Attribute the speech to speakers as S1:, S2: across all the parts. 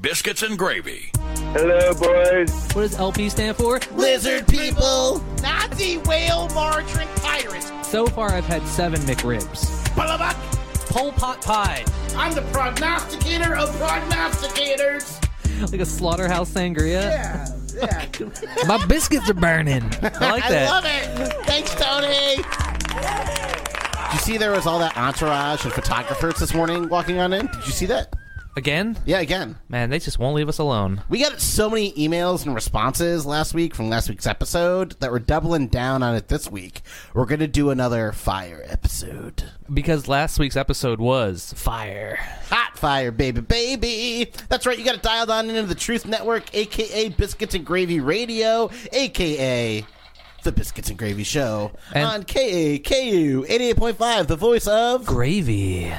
S1: biscuits and gravy.
S2: Hello, boys.
S3: What does LP stand for?
S4: Lizard people.
S5: Nazi whale margarine pirates.
S3: So far, I've had seven McRibs.
S5: Bullabuck.
S3: Pol Pot Pie.
S5: I'm the prognosticator of prognosticators.
S3: Like a slaughterhouse sangria.
S5: Yeah, yeah.
S3: My biscuits are burning. I like
S5: I
S4: Eh.
S3: that.
S5: love it. Thanks, Tony.
S4: Did you see there was all that entourage and photographers this morning walking on in? Did you see that?
S3: Again?
S4: Yeah, again.
S3: Man, they just won't leave us alone.
S4: We got so many emails and responses last week from last week's episode that we're doubling down on it this week. We're going to do another fire episode.
S3: Because last week's episode was fire.
S4: Hot fire, baby, baby. That's right. You got to dial down into the Truth Network, aka Biscuits and Gravy Radio, aka the Biscuits and Gravy Show
S3: And-
S4: on KAKU 88.5, the voice of.
S3: Gravy.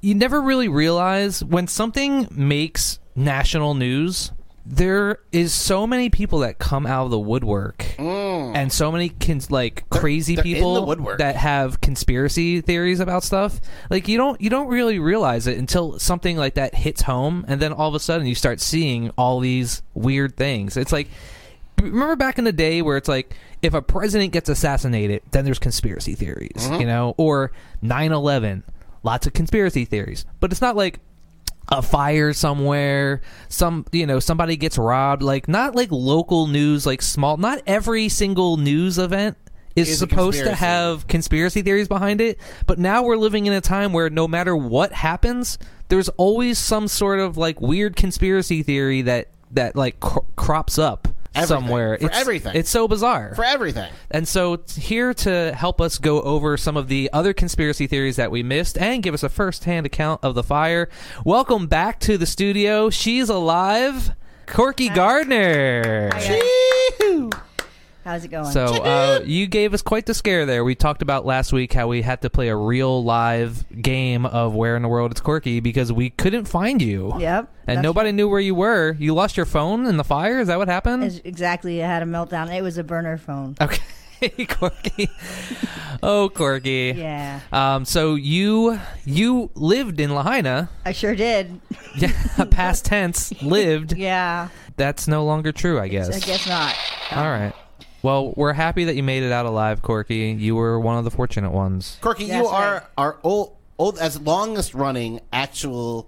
S3: You never really realize when something makes national news, there is so many people that come out of the woodwork. And so many cons- like crazy
S4: Mm. they're in
S3: people
S4: the woodwork.
S3: that have conspiracy theories about stuff. Like you don't you don't really realize it until something like that hits home and then all of a sudden you start seeing all these weird things. It's like remember back in the day where it's like if a president gets assassinated then there's conspiracy theories
S4: Mm-hmm.
S3: you know or 9-11 lots of conspiracy theories but it's not like a fire somewhere some you know somebody gets robbed like not like local news like small not every single news event is,
S4: Is a
S3: supposed to
S4: conspiracy.
S3: have conspiracy theories behind it but now we're living in a time where no matter what happens there's always some sort of like weird conspiracy theory that that like cro- crops up
S4: Everything.
S3: somewhere.
S4: For
S3: it's,
S4: everything.
S3: It's so bizarre.
S4: For e- everything.
S3: and so it's here to help us go over some of the other conspiracy theories that we missed and give us a first-hand account of the fire. Welcome back to the studio. She's alive. Corky Gardner.
S6: How's it going?
S3: So uh, you gave us quite the scare there. We talked about last week how we had to play a real live game of Where in the World It's Corky because we couldn't find you.
S6: Yep,
S3: And
S6: that's
S3: nobody knew where you were. You lost your phone in the fire. Is that what happened?
S6: Is- exactly, I had a meltdown. It was a burner phone.
S3: okay, Corky. oh, Corky.
S6: Yeah,
S3: Um. So you you lived in Lahaina.
S6: I sure did.
S3: Yeah. Past tense. Lived.
S6: Yeah,
S3: That's no longer true. I guess.
S6: I guess not.
S3: All right. Well, we're happy that you made it out alive, Corky. You were one of the fortunate ones.
S4: Corky, you
S6: That's
S4: are
S6: right.
S4: our old, old as longest running actual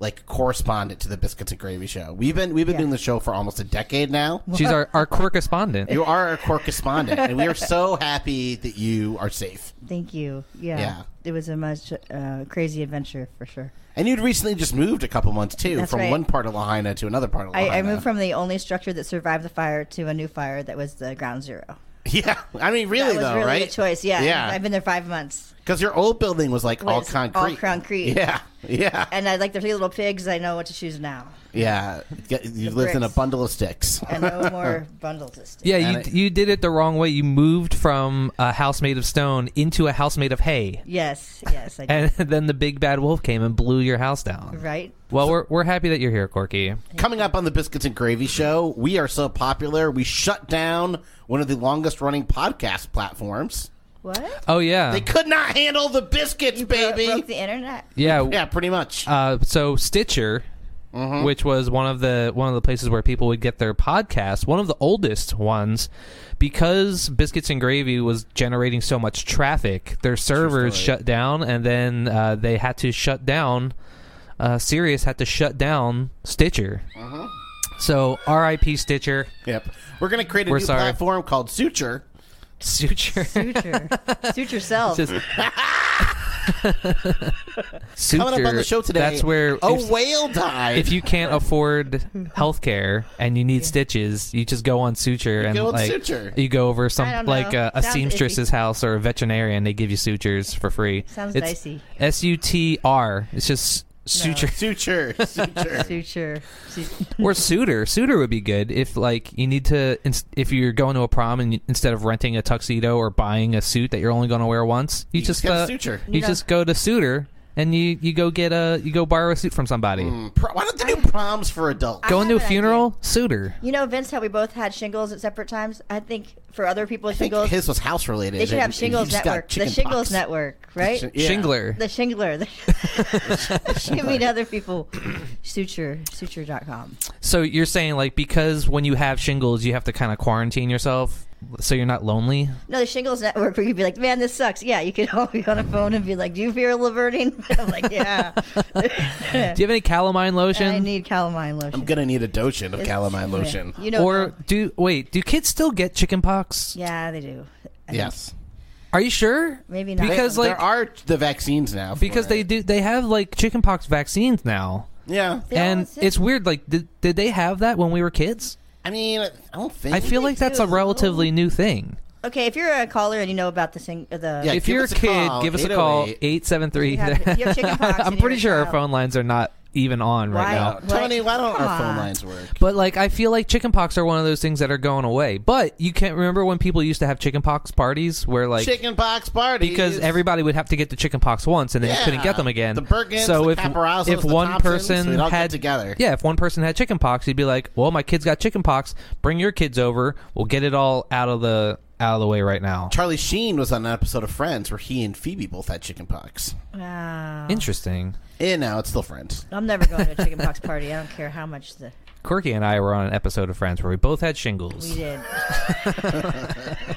S4: like correspondent to the Biscuits and Gravy Show. We've been we've been
S6: Yeah.
S4: doing the show for almost a decade now.
S3: She's our, our correspondent.
S4: You are our correspondent, and we are so happy that you are safe.
S6: Thank you. Yeah,
S4: Yeah.
S6: it was a much uh, crazy adventure for sure.
S4: And you'd recently just moved a couple months too,
S6: That's
S4: from
S6: right.
S4: one part of Lahaina to another part of
S6: I,
S4: Lahaina.
S6: I moved from the only structure that survived the fire to a new fire that was the ground zero.
S4: yeah. I mean, really
S6: that was
S4: though,
S6: really
S4: right?
S6: a choice. Yeah, I've
S4: yeah.
S6: been there five months.
S4: Because your old building was like all
S6: Was all
S4: concrete.
S6: concrete.
S4: Yeah, yeah,
S6: And I like the three little pigs. I know what to choose now,
S4: yeah. You lived in a
S6: bricks.
S4: bundle of sticks.
S6: and no more bundles. This
S3: Yeah,
S4: And
S3: you
S4: it-
S3: you did it the wrong way. You moved from a house made of stone into a house made of hay,
S6: Yes. Yes. I did.
S3: and then the big bad wolf came and blew your house down.
S6: right.
S3: Well, we're we're happy that you're here, Corky.
S4: Coming up on the Biscuits and Gravy Show, we are so popular we shut down one of the longest running podcast platforms.
S6: What?
S3: Oh yeah,
S4: They could not handle the biscuits, baby.
S6: Broke the internet.
S3: yeah.
S4: yeah, pretty much.
S3: Uh, so Stitcher,
S4: Mm-hmm.
S3: which was one of the one of the places where people would get their podcasts, one of the oldest ones, because Biscuits and Gravy was generating so much traffic, their servers
S4: story.
S3: shut down, and then uh, they had to shut down. Uh, Sirius had to shut down Stitcher.
S4: Mm-hmm.
S3: So R.I.P. Stitcher,
S4: yep. We're going to create a
S3: We're
S4: new
S3: sorry.
S4: platform called Suture.
S3: Suture,
S6: Suture. Suit yourself.
S3: Just- Suture.
S4: Coming up on the show today, Oh,
S3: That's where
S4: a
S3: if-
S4: whale died.
S3: if you can't afford health care and you need stitches, you just go on suture and
S4: go on
S3: like
S4: suture.
S3: you go over
S6: I
S3: some
S6: don't know.
S3: like a, a
S6: Sounds
S3: seamstress's house or a veterinarian. They give you sutures for free.
S6: Sounds dicey.
S3: S U T R. It's just suture
S4: Suture. Suture.
S6: Suture. Su-
S3: or suitor. Suitor would be good if like you need to ins- if you're going to a prom and you, instead of renting a tuxedo or buying a suit that you're only going to wear once, you,
S4: You
S3: just
S4: get a
S3: uh,
S4: suture.
S3: You
S6: Yeah.
S3: just go to suitor and you you go get a you go borrow a suit from somebody.
S4: Pro- Why don't they do proms for adults?
S3: Going to a
S6: have an idea.
S3: funeral, suitor.
S6: You know, Vince, how we both had shingles at separate times? I think for other people with
S4: I think
S6: shingles.
S4: his was house related.
S6: they should have
S4: You
S6: Shingles
S4: just got
S6: Network. The
S4: chicken
S6: Shingles
S4: pox.
S6: Network, right?
S4: Yeah.
S3: Shingler.
S6: The Shingler. Give me to other people. Suture. Suture.com.
S3: So you're saying like because when you have shingles, you have to kind of quarantine yourself so you're not lonely.
S6: No, the Shingles Network where you could be like, man, this sucks. Yeah, you could all be on a phone and be like, do you feel Laverding? I'm like, yeah.
S3: Do you have any calamine lotion?
S6: I need calamine lotion.
S4: I'm gonna need a dotion of
S6: It's-
S4: calamine
S6: yeah.
S4: lotion.
S6: You know,
S3: or do wait? Do kids still get chickenpox?
S6: yeah, they do. I think.
S4: Yes,
S3: Are you sure?
S6: Maybe not.
S3: Because
S4: there
S3: like
S4: are the vaccines now. for
S3: because they
S4: it.
S3: do they have like chickenpox vaccines now,
S4: yeah.
S6: They all
S3: and
S6: exist.
S3: it's weird. Like did, did they have that when we were kids?
S4: I mean, I don't think.
S3: I feel
S6: they
S3: like that's
S6: do,
S3: a
S6: it's a little-
S3: relatively new thing.
S6: okay. If you're a caller and you know about the sing- uh, the
S4: Yeah,
S3: if
S4: give
S3: you're a
S4: us a
S3: kid,
S4: call,
S3: give us a call
S4: 808.
S3: eight seven three.
S6: You have- you have chickenpox and
S3: I'm
S6: you're
S3: pretty
S6: a
S3: sure our
S6: child.
S3: phone lines are not even on right
S6: Why-
S3: now.
S4: Uh, Tony, why don't
S6: Come
S4: our phone
S6: on.
S4: lines work?
S3: But like I feel like chickenpox are one of those things that are going away. But you can't remember when people used to have chickenpox parties where like
S4: Chicken pox party
S3: because everybody would have to get the chickenpox once and then you couldn't
S4: Yeah.
S3: get them again.
S4: The Bergens,
S3: so
S4: the
S3: if
S4: Caparazos,
S3: if
S4: the
S3: one
S4: Thompsons,
S3: person
S4: we'd all get
S3: had
S4: together.
S3: yeah, if one person had chickenpox, you'd be like, "Well, my kids got chickenpox. Bring your kids over. We'll get it all out of the out of the way right now."
S4: Charlie Sheen was on an episode of Friends where he and Phoebe both had chicken pox.
S6: wow.
S3: Interesting.
S4: And now it's still Friends.
S6: Oh, I'm never going to a chickenpox party. I don't care how much the
S3: Corky and I were on an episode of Friends where we both had shingles.
S6: we did.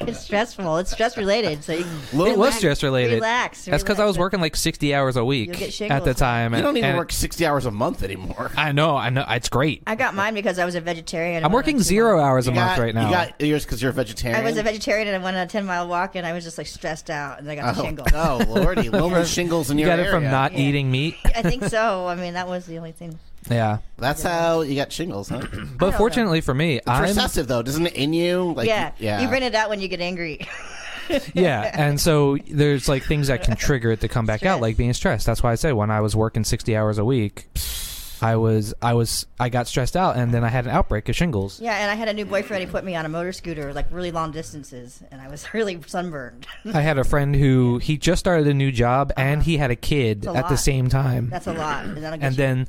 S6: it's stressful. It's stress related. So you,
S3: It was stress related.
S6: Relax,
S3: That's because I
S6: relax.
S3: was working like sixty hours a
S6: You'll
S3: week
S6: get shingles.
S3: at the time.
S4: You
S3: and-
S4: don't even
S3: and-
S4: work sixty hours a month anymore.
S3: I know. I know. It's great.
S6: I got mine because I was a vegetarian. and
S3: I'm
S6: went
S3: working
S6: on two
S3: zero
S6: miles-
S3: hours a
S4: You
S3: month
S4: got-
S3: right now.
S4: You got yours because you're a vegetarian.
S6: I was a vegetarian and I went on a ten mile walk and I was just like stressed out and I got the
S4: Oh,
S6: shingles.
S4: oh lordy, lonely shingles in
S3: You
S4: your
S3: got it from
S4: area.
S3: not
S6: Yeah.
S3: eating meat.
S6: I think so. I mean, that was the only thing.
S3: Yeah,
S4: That's how you got shingles, huh?
S3: but fortunately for me,
S4: It's
S3: I'm
S4: recessive though, doesn't it? In you, like
S6: yeah.
S4: yeah.
S6: You bring it out when you get angry.
S3: yeah, and so there's like things that can trigger it to come back out,
S6: Stress.
S3: like being stressed. That's why I say when I was working 60 hours a week, I was I was I got stressed out, and then I had an outbreak of shingles.
S6: Yeah, and I had a new boyfriend. He put me on a motor scooter, like really long distances, and I was really sunburned.
S3: I had a friend who he just started a new job and he had a kid
S6: It's a
S3: at the
S6: lot.
S3: same time,
S6: That's a lot. And, that'll get
S3: and
S6: you-
S3: then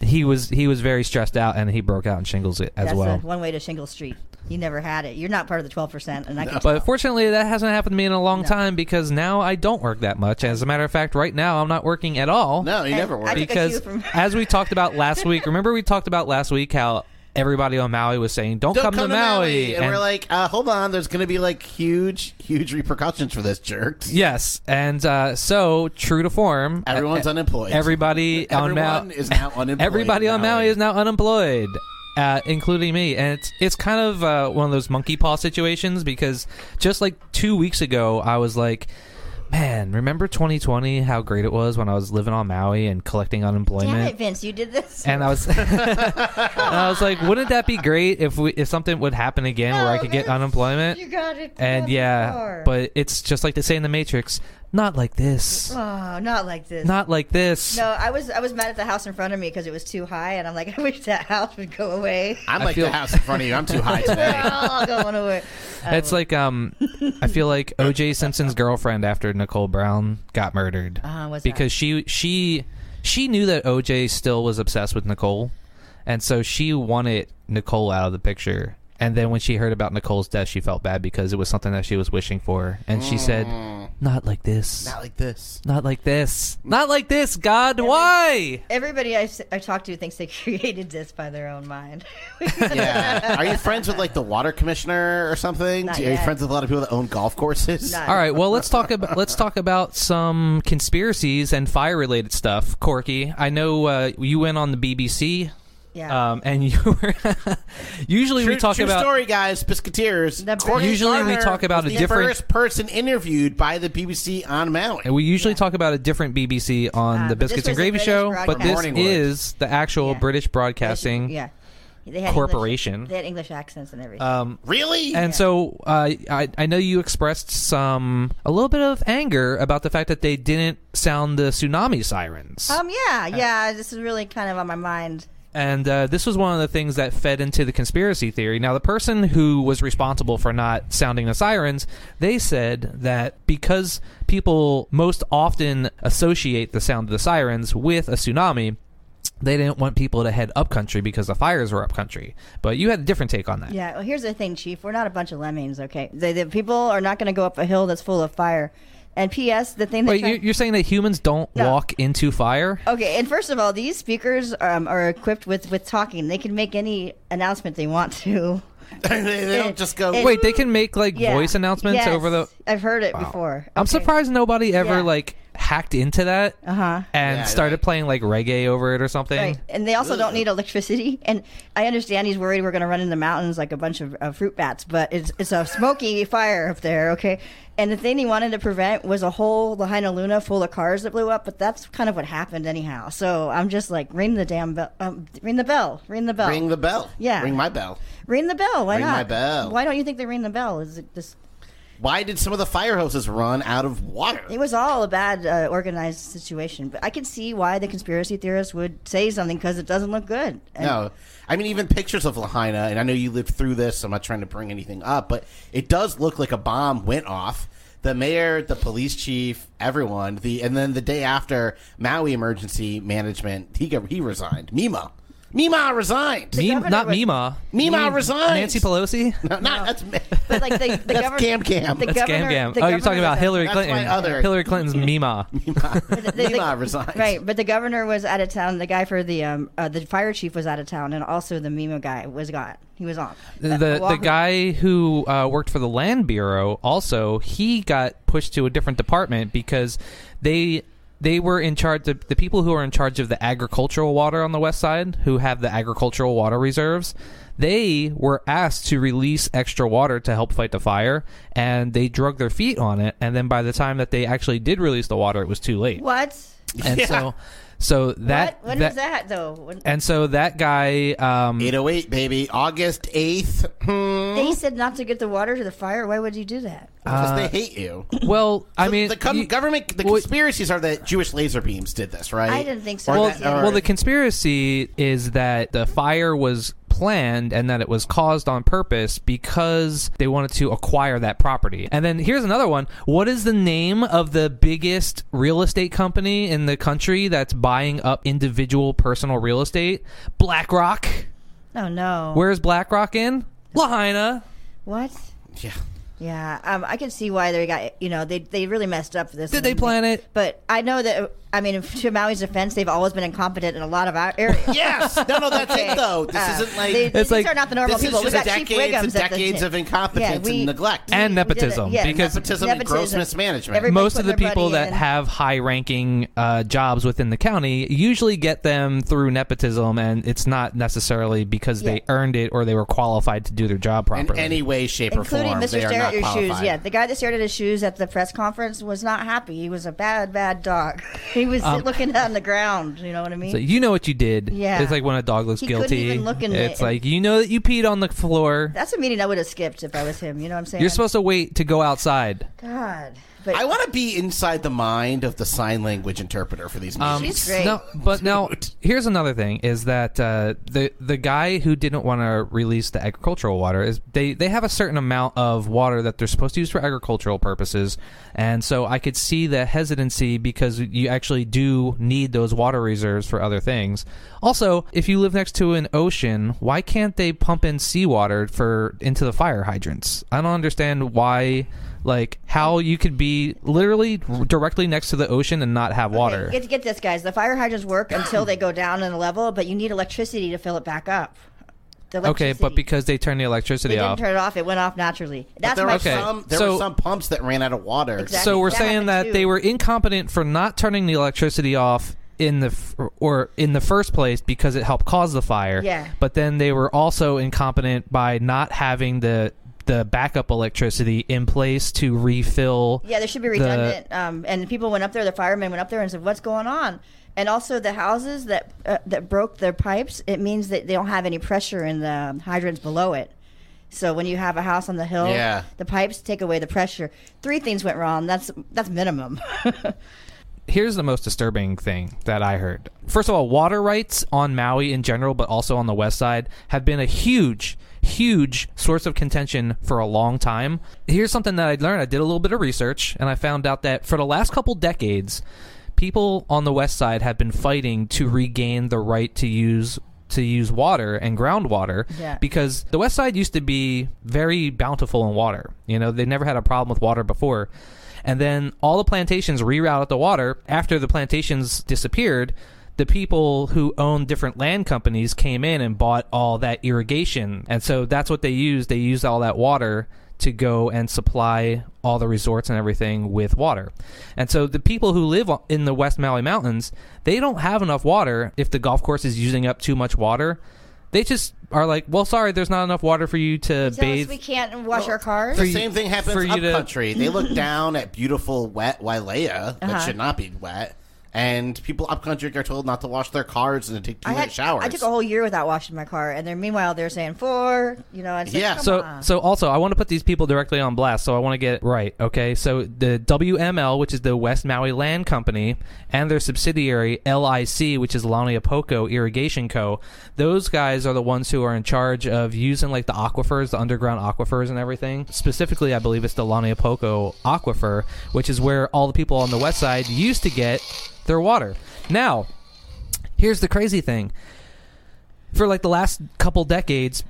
S3: he was he was very stressed out, and he broke out in shingles as
S6: that's
S3: well.
S6: a- one way to Shingle Street. You never had it. You're not part of the 12%, and I can
S3: But fortunately, that hasn't happened to me in a long time because now I don't work that much. As a matter of fact, right now I'm not working at all.
S4: no, you
S6: I-
S4: never work.
S6: I- took a
S3: Because
S6: cue from-
S3: as we talked about last week, remember we talked about last week how everybody on Maui was saying, "Don't,
S4: Don't
S3: come, to Maui,",
S4: and, we're like, uh, hold on, there's going to be like huge, huge repercussions for this, jerks.
S3: yes. And uh, so, true to form,
S4: Everyone's
S3: e-
S4: unemployed.
S3: Everybody on
S4: Everyone
S3: Maui
S4: is now unemployed.
S3: Everybody on
S4: now.
S3: Maui is now unemployed, uh, including me, and it's it's kind of uh, one of those monkey paw situations because just like two weeks ago, I was like. Man, remember 2020? How great it was when I was living on Maui and collecting
S6: Damn
S3: unemployment.
S6: it, Vince, you did this.
S3: And I was, and I was like, wouldn't that be great if we, if something would happen again where I could get
S6: No,
S3: unemployment?
S6: you got it.
S3: And
S6: That's
S3: yeah,
S6: hard.
S3: but it's just like they say in the Matrix, not like this,
S6: oh, not like this.
S3: not like this.
S6: no, I was I was mad at the house in front of me because it was too high, and I'm like, I wish that house would go away.
S4: I'm
S3: I
S4: like
S3: feel-
S4: the house in front of you. I'm too high today.
S6: oh, going away. Oh.
S3: It's like um, I feel like O.J. Simpson's girlfriend after Nicole Brown got murdered
S6: Uh, what's that?
S3: because she she she knew that O.J. still was obsessed with Nicole, and so she wanted Nicole out of the picture. And then when she heard about Nicole's death, she felt bad because it was something that she was wishing for, and she said, "Not like this."
S4: Not like this.
S3: Not like this. Not like this, God. Why?
S6: Everybody I, s- I talk to thinks they created this by their own mind.
S4: Yeah. Are you friends with like the water commissioner or something?
S6: Not
S4: Are you
S6: yet.
S4: friends with a lot of people that own golf courses?
S6: Not-
S3: All right. Well, let's talk about let's talk about some conspiracies and fire related stuff. Corky, I know uh, you went on the BBC,
S6: yeah.
S3: um, and you were. usually
S4: True,
S3: we talk
S4: true
S3: about
S4: story, guys. Biscuiteers.
S6: The-
S4: Courtney
S3: Usually we
S4: Gardner
S3: talk about
S4: was
S3: a
S4: the
S3: different-
S4: first person interviewed by the BBC on Maui.
S3: and we usually talk about a different BBC on
S6: Uh,
S3: the
S6: but this
S3: Biscuits and
S6: was the
S3: Gravy
S6: British
S3: Show, but
S6: broadcast-
S3: this
S4: Morningwood.
S3: is the actual
S6: Yeah.
S3: British Broadcasting.
S6: yeah. They had
S3: corporation. Uh,
S6: English, they had English accents and everything.
S4: Really?
S3: Um, And so uh, I I know you expressed some a little bit of anger about the fact that they didn't sound the tsunami sirens.
S6: um, yeah, yeah. This is really kind of on my mind.
S3: And uh, this was one of the things that fed into the conspiracy theory. Now, the person who was responsible for not sounding the sirens, they said that because people most often associate the sound of the sirens with a tsunami, they didn't want people to head upcountry because the fires were upcountry. But you had a different take on that.
S6: Yeah, well, here's the thing, Chief. We're not a bunch of lemmings, okay? The, the people are not going to go up a hill that's full of fire. And P.S. The thing that
S3: Wait, you- you're saying that humans don't
S6: No.
S3: walk into fire?
S6: okay, and first of all, these speakers um, are equipped with with talking. They can make any announcement they want to.
S4: they, they don't just go.
S6: It-
S3: Wait, they can make like
S6: Yeah.
S3: voice announcements
S6: Yes,
S3: over the.
S6: I've heard it before.
S3: I'm
S6: Okay.
S3: surprised nobody ever
S6: Yeah.
S3: like hacked into that
S6: Uh-huh.
S3: and
S4: Yeah,
S3: started
S4: right.
S3: playing like reggae over it or something.
S6: Right. And they also don't need electricity. And I understand he's worried we're going to run in the mountains like a bunch of uh, fruit bats, but it's, it's a smoky fire up there, okay? And the thing he wanted to prevent was a whole Lahaina Luna full of cars that blew up, but that's kind of what happened anyhow. So I'm just like, ring the damn bell. Um, ring the bell. Ring the bell.
S4: Ring the bell.
S6: Yeah.
S4: Ring my bell.
S6: Ring the bell. Why
S4: Ring
S6: not?
S4: my bell.
S6: Why don't you think they ring the bell? Is it just.
S4: Why did some of the fire hoses run out of water?
S6: It was all a bad uh, organized situation, but I can see why the conspiracy theorists would say something because it doesn't look good. And-
S4: No, I mean even pictures of Lahaina, and I know you lived through this. So I'm not trying to bring anything up, but it does look like a bomb went off. The mayor, the police chief, everyone. The and then the day after Maui emergency management, he got, he resigned. Mima, Mima resigned.
S3: Me-
S6: governor
S3: not
S6: was-
S3: Mima.
S4: Mima
S3: Me-
S4: resigned.
S3: Nancy Pelosi.
S4: No, not that's
S6: But like the, the
S4: That's
S6: govern-
S4: Gam Gam.
S6: The
S4: That's
S3: That's
S6: governor,
S3: Gam Gam.
S6: the
S3: Oh, you're talking
S6: governor
S3: about
S6: was-
S3: Hillary
S4: That's
S3: Clinton.
S4: my other-
S3: Hillary Clinton's Mima.
S6: the- the-
S4: Mima resigned.
S6: Right, but the governor was out of town. The guy for the um, uh, the fire chief was out of town, and also the Mima guy was gone. He was on.
S3: the the
S6: Oahu-
S3: guy who uh, worked for the land bureau also he got pushed to a different department because they they were in charge the, the people who are in charge of the agricultural water on the west side who have the agricultural water reserves they were asked to release extra water to help fight the fire and they drug their feet on it and then by the time that they actually did release the water it was too late
S6: What?
S3: and so so that,
S6: what? What is
S3: that
S6: that though? When-
S3: and so that guy um,
S4: 808 baby, August eighth. Hmm.
S6: they said not to get the water to the fire. Why would you do that?
S4: 'Cause they hate you.
S3: well Uh, i
S4: The-
S3: mean
S4: the com-
S3: you-
S4: government, the
S3: well-
S4: conspiracies are that Jewish laser beams did this, right?
S6: I didn't think so.
S4: Or
S6: Well,
S4: that-
S6: yeah.
S4: or-
S3: Well, the conspiracy is that the fire was planned and that it was caused on purpose because they wanted to acquire that property. And then here's another one. What is the name of the biggest real estate company in the country that's buying up individual personal real estate? BlackRock.
S6: Oh no.
S3: Where's BlackRock in? Lahaina.
S6: what?
S4: yeah.
S6: Yeah, um, I can see why they got. You know, they they really messed up this.
S3: Did they plan it?
S6: But I know that. I mean, to Maui's defense, they've always been incompetent in a lot of our areas.
S4: Yes. No, no, that's it though. This
S6: Uh,
S4: isn't like
S6: they-
S3: It's
S6: these
S3: like-
S6: are not the normal
S4: this is
S6: people. We
S4: just
S6: got Chief
S4: decades
S6: Wiggums
S4: and
S6: at the
S4: decades
S6: tip.
S4: of incompetence
S6: Yeah, we-
S4: and neglect.
S3: And
S6: we did it.
S3: nepotism,
S6: Yeah,
S3: because-
S4: Nepotism and gross mismanagement.
S6: Everybody
S3: Most
S6: put
S3: of the
S6: their
S3: people
S6: buddy
S3: that
S6: in.
S3: have high ranking uh, jobs within the county usually get them through nepotism, and it's not necessarily because
S6: Yeah.
S3: they earned it or they were qualified to do their job
S4: in
S3: properly.
S4: any way, shape,
S6: including
S4: or form.
S6: Mr.
S4: They are
S6: Stare
S4: not
S6: at Your Shoes.
S4: qualified.
S6: Yeah, the guy that stared at his shoes at the press conference was not happy. He was a bad, bad dog. He was looking on the ground. You know what I mean?
S3: Um, so you know what you did.
S6: Yeah.
S3: It's like when a dog looks
S6: He couldn't
S3: guilty.
S6: even look in
S3: it's
S6: the-
S3: like you know that you peed on the floor.
S6: That's a meeting I would have skipped if I was him. You know what I'm saying?
S3: You're supposed to wait to go outside.
S6: God, but
S4: I want to be inside the mind of the sign language interpreter for these
S3: Uh,
S4: meetings.
S6: She's great.
S3: Um, No, but now here's another thing: is that uh, the the guy who didn't want to release the agricultural water is they they have a certain amount of water that they're supposed to use for agricultural purposes, and so I could see the hesitancy because you actually do need those water reserves for other things. Also, if you live next to an ocean, why can't they pump in seawater for into the fire hydrants? I don't understand why. Like how you could be literally directly next to the ocean and not have water.
S6: Get, get this, guys. The fire hydrants work until they go down in a level, but you need electricity to fill it back up. The
S3: Okay, but
S6: electricity.
S3: because they turned the electricity
S6: they didn't
S3: off.
S6: turn it off, it went off naturally. That's
S4: there
S6: my
S4: were
S3: Okay.
S4: some there
S3: So-
S4: were some pumps that ran out of water.
S6: Exactly.
S3: so we're
S6: That
S3: saying
S6: happened
S3: that
S6: too.
S3: they were incompetent for not turning the electricity off in the f- or in the first place because it helped cause the fire.
S6: Yeah.
S3: But then they were also incompetent by not having the the backup electricity in place to refill.
S6: Yeah, there should be
S3: the-
S6: redundant. um, and people went up there. The firemen went up there and said, "What's going on?" And also the houses that uh, that broke their pipes. It means that they don't have any pressure in the hydrants below it. So when you have a house on the hill,
S4: Yeah.
S6: the pipes take away the pressure. Three things went wrong. That's that's minimum.
S3: Here's the most disturbing thing that I heard. First of all, water rights on Maui in general, but also on the west side, have been a huge, huge source of contention for a long time. Here's something that I learned. I did a little bit of research and I found out that for the last couple decades, people on the west side have been fighting to regain the right to use to use water and groundwater
S6: Yeah.
S3: because the west side used to be very bountiful in water. You know, they never had a problem with water before. And then all the plantations rerouted the water. After the plantations disappeared, the people who owned different land companies came in and bought all that irrigation. And so that's what they used. They used all that water to go and supply all the resorts and everything with water. And so the people who live o- in the West Maui Mountains, they don't have enough water if the golf course is using up too much water. They just are like, well, sorry, there's not enough water for you to
S6: Tell us
S3: bathe.
S6: we can't wash our cars.
S3: for
S4: The
S3: you-
S4: same thing happens
S3: for you to-
S4: upcountry. They look down at beautiful wet Wailea that
S6: Uh-huh.
S4: should not be wet, and people upcountry are told not to wash their cars and to take two
S6: I
S4: minute
S6: had
S4: showers.
S6: I took a whole year without washing my car, and then meanwhile they're saying four. You know, and
S4: Yeah.
S6: yeah.
S3: so so also I want to put these people directly on blast, so I want to get it right. Okay, so the WML, which is the West Maui Land Company, and their subsidiary LIC, which is Laniapoko Irrigation Co. Those guys are the ones who are in charge of using like the aquifers, the underground aquifers, and everything. Specifically, I believe it's the Laniapoko aquifer, which is where all the people on the west side used to get their water. Now, here's the crazy thing for like the last couple decades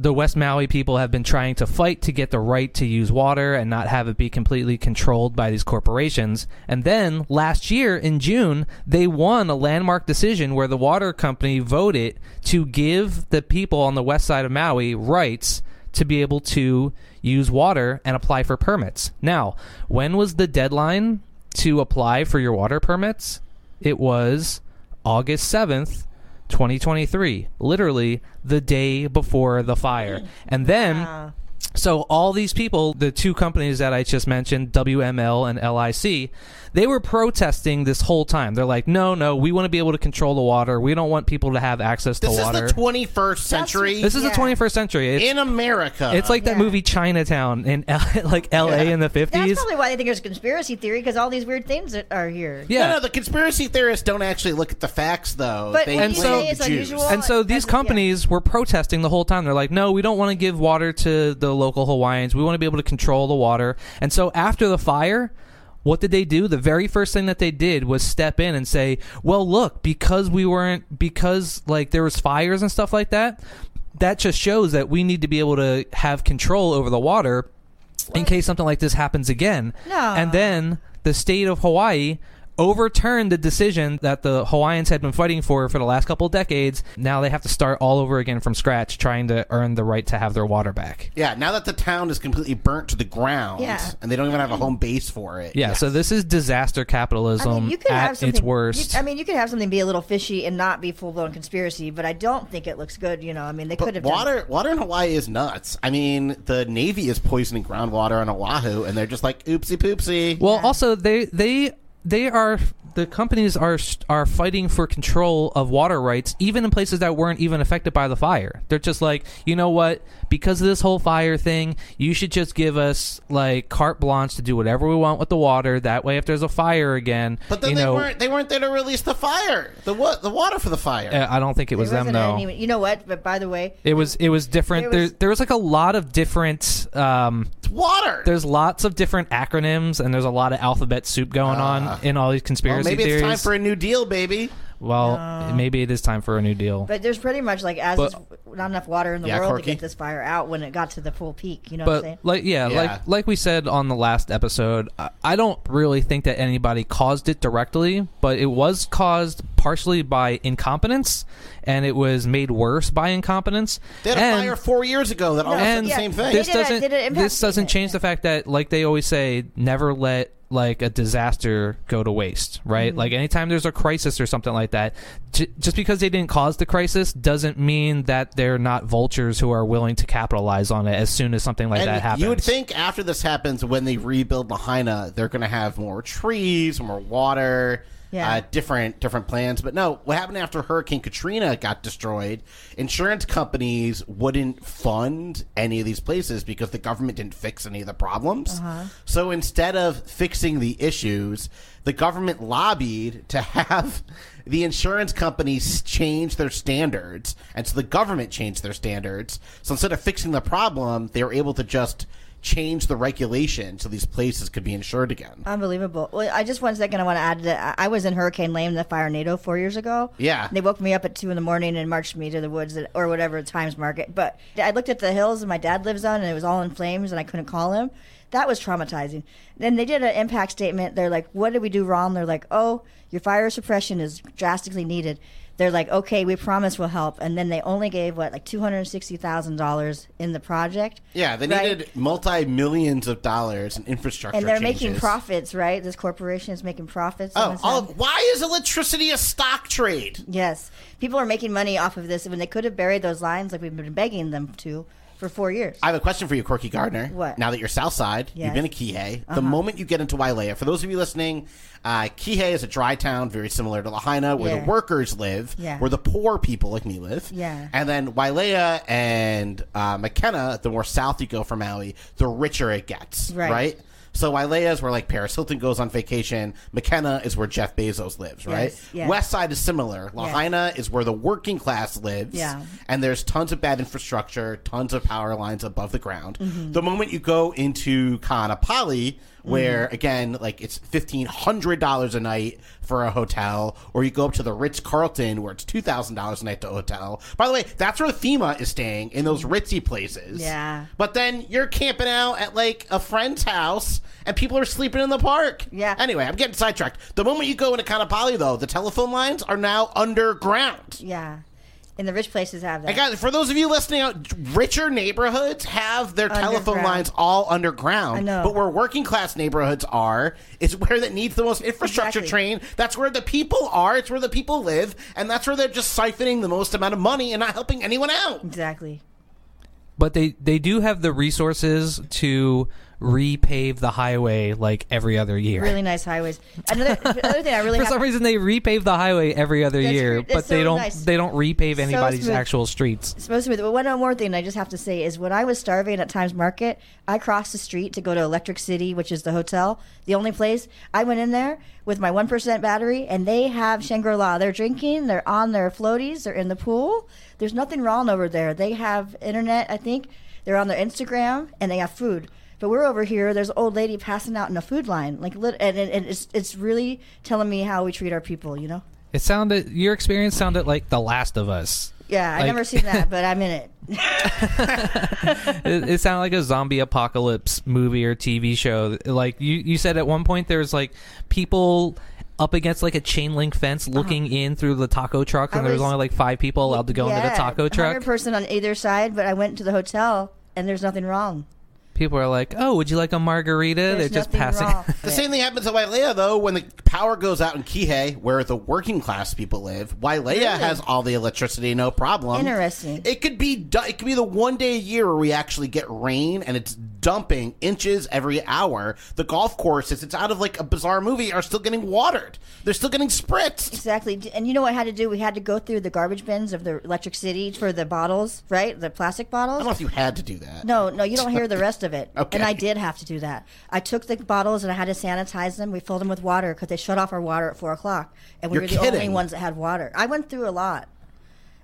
S3: the West Maui people have been trying to fight to get the right to use water and not have it be completely controlled by these corporations. And then last year in June, they won a landmark decision where the water company voted to give the people on the west side of Maui rights to be able to use water and apply for permits. Now, when was the deadline to apply for your water permits? It was August 7th, 2023, literally the day before the fire. And then, so all these people, the two companies that I just mentioned, WML and LIC, they were protesting this whole time. They're like, no, no, we want to be able to control the water. We don't want people to have access
S4: this
S3: to
S4: is
S3: water.
S4: the 21st century
S3: this is
S6: Yeah.
S3: the 21st century. It's,
S4: in America.
S3: it's like that
S6: Yeah.
S3: movie Chinatown in L- like LA in the 50s.
S6: That's probably why they think there's a conspiracy theory because all these weird things that are here.
S4: no,
S3: yeah.
S4: no. The conspiracy theorists don't actually look at the facts, though.
S6: But
S4: they
S6: when
S4: blame
S3: you say
S4: the
S6: it's
S4: Jews.
S6: unusual-
S3: and so
S6: Well,
S3: these
S6: that's-
S3: companies were protesting the whole time. They're like, "No, we don't want to give water to the local Hawaiians. We want to be able to control the water." And so after the fire, what did they do? The very first thing that they did was step in and say, "Well, look, because we weren't because like there was fires and stuff like that, that just shows that we need to be able to have control over the water in case something like this happens again."
S6: No.
S3: And then the state of Hawaii overturned the decision that the Hawaiians had been fighting for for the last couple of decades. Now they have to start all over again from scratch trying to earn the right to have their water back.
S4: Yeah, now that the town is completely burnt to the ground,
S6: Yeah.
S4: and they don't even have a home base for it.
S3: Yeah, so this is disaster capitalism at its worst.
S6: you- I mean, you could have something be a little fishy and not be full blown conspiracy, but I don't think it looks good. You know, I mean, they could
S4: But
S6: have
S4: water, water in Hawaii is nuts. I mean, the Navy is poisoning groundwater on Oahu, and they're just like, oopsie poopsie.
S3: well, also they they they are the companies are are fighting for control of water rights even in places that weren't even affected by the fire. They're just like, you know what? Because of this whole fire thing, you should just give us like carte blanche to do whatever we want with the water. That way, if there's a fire again,
S4: but then
S3: you
S4: they
S3: know,
S4: weren't. They weren't there to release the fire, the wa- the water for the fire.
S3: Uh, I don't think it
S6: done-
S3: was
S6: there
S3: them
S6: wasn't
S3: though.
S6: any- you know what? But by the way,
S3: It was it was different.
S6: There
S3: there,
S6: was-
S3: there was like a lot of different. Um,
S4: It's water.
S3: there's lots of different acronyms, and there's a lot of alphabet soup going on in all these
S4: Ah. well,
S3: conspiracy
S4: maybe
S3: theories.
S4: it's time for a new deal, baby.
S3: well, maybe it is time for a new deal.
S6: but there's pretty much like as
S3: But-
S6: is- not enough water in the
S4: Yeah,
S6: world
S4: Corky?
S6: to get this fire out when it got to the full peak. You know what I'm saying?
S3: but like yeah,
S4: Yeah.
S3: like like we said on the last episode I, I don't really think that anybody caused it directly but it was caused partially by incompetence and it was made worse by incompetence
S4: They had a
S3: and,
S4: fire four years ago that almost said
S3: and
S4: the
S6: yeah,
S4: same thing.
S3: this
S6: They did a-
S3: doesn't
S6: did an impact
S3: this doesn't
S6: statement,
S3: change
S6: yeah.
S3: the fact that like they always say never let like a disaster go to waste right
S6: Mm-hmm.
S3: like anytime there's a crisis or something like that j- just because they didn't cause the crisis doesn't mean that they're not vultures who are willing to capitalize on it as soon as something like
S4: And
S3: that happens
S4: You would think after this happens, when they rebuild Lahaina, they're going to have more trees, more water,
S6: Yeah.
S4: uh, different different plans. But no, what happened after Hurricane Katrina got destroyed? Insurance companies wouldn't fund any of these places because the government didn't fix any of the problems. So instead of fixing the issues, the government lobbied to have the insurance companies change their standards. And so the government changed their standards. So instead of fixing the problem, they were able to just change the regulation so these places could be insured again.
S6: Unbelievable. Well, I just one second. I want to add that I I was in Hurricane Lane, the fire NATO, four years ago.
S4: Yeah.
S6: They woke me up at two in the morning and marched me to the woods that- or whatever Times Market. But I looked at the hills that my dad lives on, and it was all in flames, and I couldn't call him. That was traumatizing. Then they did an impact statement. They're like, "What did we do wrong?" They're like, "Oh, your fire suppression is drastically needed." They're like, "Okay, we promise we'll help." And then they only gave what, like two hundred sixty thousand dollars in the project.
S4: Yeah, they
S6: right?
S4: needed multi millions of dollars in infrastructure.
S6: and they're
S4: changes.
S6: making profits, right? This corporation is making profits. on
S4: Oh,
S6: this
S4: all
S6: stuff.
S4: why is electricity a stock trade?
S6: yes. People are making money off of this when they could have buried those lines like we've been begging them to for four years.
S4: I have a question for you, Corky Gardner.
S6: What?
S4: Now that you're Southside,
S6: Yes. Uh-huh.
S4: you've been to Kihei. The moment you get into Wailea, for those of you listening, uh, Kihei is a dry town, very similar to Lahaina, where
S6: Yeah.
S4: the workers live,
S6: Yeah.
S4: where the poor people like me live.
S6: Yeah.
S4: And then Wailea and uh, McKenna, the more south you go from Maui, the richer it gets.
S6: Right.
S4: Right. So Wailea is where like Paris Hilton goes on vacation. McKenna is where Jeff Bezos lives, right?
S6: yes.
S4: West Side is similar. Lahaina is where the working class lives
S6: Yeah.
S4: and there's tons of bad infrastructure, tons of power lines above the ground.
S6: Mm-hmm.
S4: The moment you go into Kanapali, where
S6: Mm-hmm.
S4: again, like it's fifteen hundred dollars a night for a hotel, or you go up to the Ritz Carlton, where it's two thousand dollars a night to a hotel. By the way, that's where FEMA is staying in those ritzy places.
S6: Mm-hmm. Yeah.
S4: But then you're camping out at like a friend's house, and people are sleeping in the park.
S6: Yeah.
S4: Anyway, I'm getting sidetracked. The moment you go into Kanapali, though, the telephone lines are now underground.
S6: Yeah. And the rich places have that.
S4: And guys, for those of you listening out, richer neighborhoods have their telephone
S6: Underground.
S4: lines all underground.
S6: I know.
S4: But where working class neighborhoods are, is where that needs the most infrastructure
S6: Exactly.
S4: train. That's where the people are. It's where the people live. And that's where they're just siphoning the most amount of money and not helping anyone out.
S6: exactly.
S3: But they they do have the resources to repave the highway like every other year.
S6: Really nice highways. Another, another thing I really
S3: For
S6: have
S3: some reason, they repave the highway every other
S6: That's
S3: year,
S6: great. That's
S3: but they
S6: so
S3: don't
S6: nice.
S3: they don't repave
S6: So
S3: anybody's
S6: smooth.
S3: actual streets.
S6: supposed to be. But one more thing I just have to say is when I was starving at Times Market, I crossed the street to go to Electric City, which is the hotel, the only place. I went in there with my 1% battery, and they have Shangri La. They're drinking, they're on their floaties, they're in the pool. There's nothing wrong over there. They have internet, I think. They're on their Instagram, and they have food. But we're over here. There's an old lady passing out in a food line, like, lit- and, and, and it's it's really telling me how we treat our people, you know?
S3: It sounded your experience sounded like The Last of Us.
S6: Yeah, I
S3: Like-
S6: never seen that, but I'm in it.
S3: it, it sounded like a zombie apocalypse movie or TV show. Like you, you said at one point, there's like people up against like a chain link fence looking in through the taco truck, and
S6: Uh-huh. I
S3: there was
S6: was-
S3: only like five people allowed to go into the taco truck.
S6: person on either side, but I went to the hotel and there's nothing wrong.
S3: People are like, "Oh, would you like a margarita?"
S6: There's
S3: They're just
S6: nothing
S3: passing.
S6: wrong.
S4: The same thing happens at Wailea, though, when the power goes out in Kihei, where the working class people live. Wailea has all the electricity, no problem.
S6: Interesting.
S4: It could be du- it could be the one day a year where we actually get rain, and it's dumping inches every hour. The golf courses, it's out of like a bizarre movie, are still getting watered. They're still getting spritzed.
S6: Exactly. D- And you know what I had to do? We had to go through the garbage bins of the Electric City for the bottles, right? The plastic
S4: I don't know
S6: bottles.
S4: if you had to do that.
S6: No, no, you don't hear the rest of it.
S4: Okay.
S6: And I did have to do that. I took the bottles and I had to sanitize them. We filled them with water because they shut off our water at four o'clock, and we
S4: You're
S6: were the only
S4: kidding.
S6: ones that had water. I went through a lot,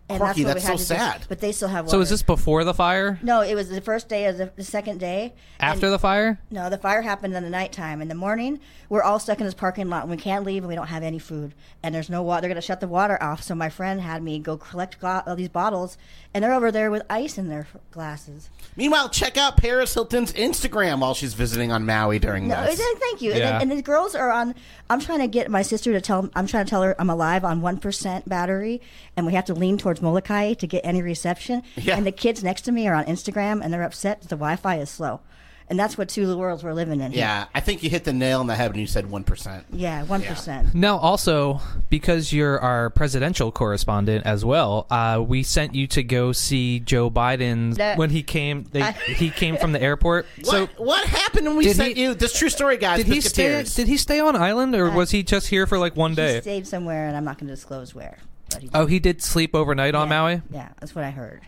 S6: and
S4: Corky,
S6: that's what
S4: that's
S6: we had
S4: so
S6: to do.
S4: sad.
S6: But they still have water.
S3: So is this before the fire?
S6: No, it was the first day of the, the second day. and-
S3: After the fire?
S6: No, the fire happened in the nighttime. In the morning, we're all stuck in this parking lot and we can't leave and we don't have any food. And there's no water. They're going to shut the water off. So my friend had me go collect go- all these bottles and they're over there with ice in their glasses.
S4: Meanwhile, check out Paris Hilton's Instagram while she's visiting on Maui during
S6: No,
S4: this.
S6: then thank you. And,
S3: Yeah.
S6: then, and the girls are on. I'm trying to get my sister to tell. I'm trying to tell her I'm alive on one percent battery, and we have to lean towards Molokai to get any reception.
S4: Yeah.
S6: And the kids next to me are on Instagram, and they're upset that the Wi-Fi is slow. And that's what two worlds we're living in. here.
S4: yeah, I think you hit the nail on the head when you said one percent.
S6: Yeah, one percent.
S3: Now, also because you're our presidential correspondent as well, uh, we sent you to go see Joe Biden
S6: That-
S3: when he came. They, he came from the airport. So
S4: what, what happened when we
S3: Did
S4: sent
S3: he-
S4: you this true story, guys?
S3: did he stay?
S4: Biscuiteers.
S3: Did he stay on island, or
S6: Uh,
S3: was he just here for like one
S6: He
S3: day?
S6: stayed somewhere, and I'm not going to disclose where. But he
S3: Oh, he did sleep overnight on
S6: yeah.
S3: Maui.
S6: Yeah, that's what I heard.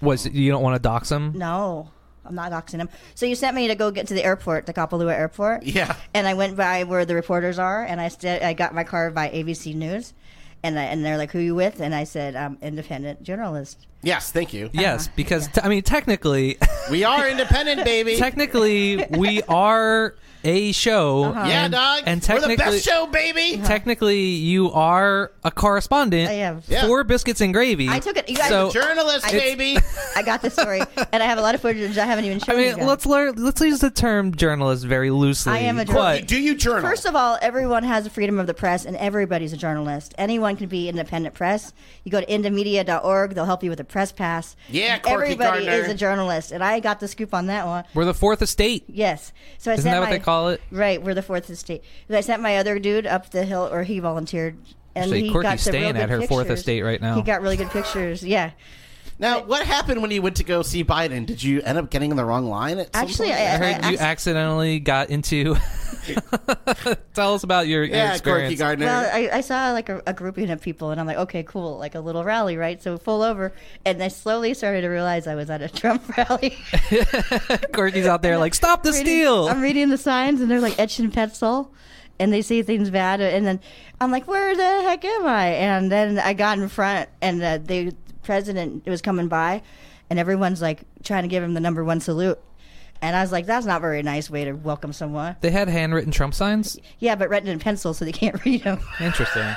S3: Was you don't want to dox him?
S6: No, I'm not doxing him. So you sent me to go get to the airport, the Kapalua airport.
S4: Yeah.
S6: And I went by where the reporters are, and I st- I got my car by ABC News. and I, and they're like, "Who you with?" And I said, "I'm independent journalist."
S4: Yes, thank you.
S3: Yes,
S6: Uh-huh.
S3: because t- I mean, technically,
S4: We are independent, baby.
S3: technically, we are a show.
S6: Uh-huh.
S4: yeah,
S3: and-
S4: dog.
S3: And
S4: We're
S3: technically,
S4: the best show, baby.
S3: technically, you are a correspondent
S6: I am.
S4: Yeah.
S3: for Biscuits and Gravy.
S6: I took it. You guys-
S3: so,
S4: Journalist, baby.
S6: I got the story, and I have a lot of footage I haven't even
S3: I
S6: shown you
S3: mean,
S6: guys.
S3: let's learn, let's use the term journalist very loosely.
S6: I am a
S3: but-
S6: journalist.
S4: Do you journal?
S6: First of all, everyone has the freedom of the press, and everybody's a journalist. Anyone can be independent press. You go to indamedia.org; they'll help you with a press pass.
S4: Yeah, Corky
S6: everybody
S4: Gardner.
S6: is a journalist, and I got the scoop on that one.
S3: we're the fourth estate.
S6: Yes, so I
S3: Isn't
S6: sent
S3: that what
S6: my-
S3: they call it?
S6: Right, we're the fourth estate. So I sent my other dude up the hill, or he volunteered, and
S3: Actually,
S6: he
S3: Corky's
S6: got some real
S3: staying
S6: good
S3: at her fourth
S6: pictures.
S3: estate right now.
S6: He got really good pictures. Yeah.
S4: now, what happened when you went to go see Biden? Did you end up getting in the wrong line? At some
S6: Actually,
S4: point?
S6: I-
S3: I heard you
S6: acc-
S3: accidentally got into. Tell us about your, your
S4: yeah, Corky
S3: experience.
S4: Gardner.
S6: Well, I, I saw like a, a grouping of people, and I'm like, okay, cool, like a little rally, right? So full over, and I slowly started to realize I was at a Trump rally.
S3: Corky's out there like, stop the
S6: Reading-
S3: steal.
S6: I'm reading the signs, and they're like etched in pencil, and they say things bad, and then I'm like, where the heck am I? And then I got in front, and uh, they- the president was coming by, and everyone's like trying to give him the number one salute. And I was like, that's not a very nice way to welcome someone.
S3: They had handwritten Trump signs.
S6: Yeah, but written in pencil, so they can't read them.
S3: Interesting.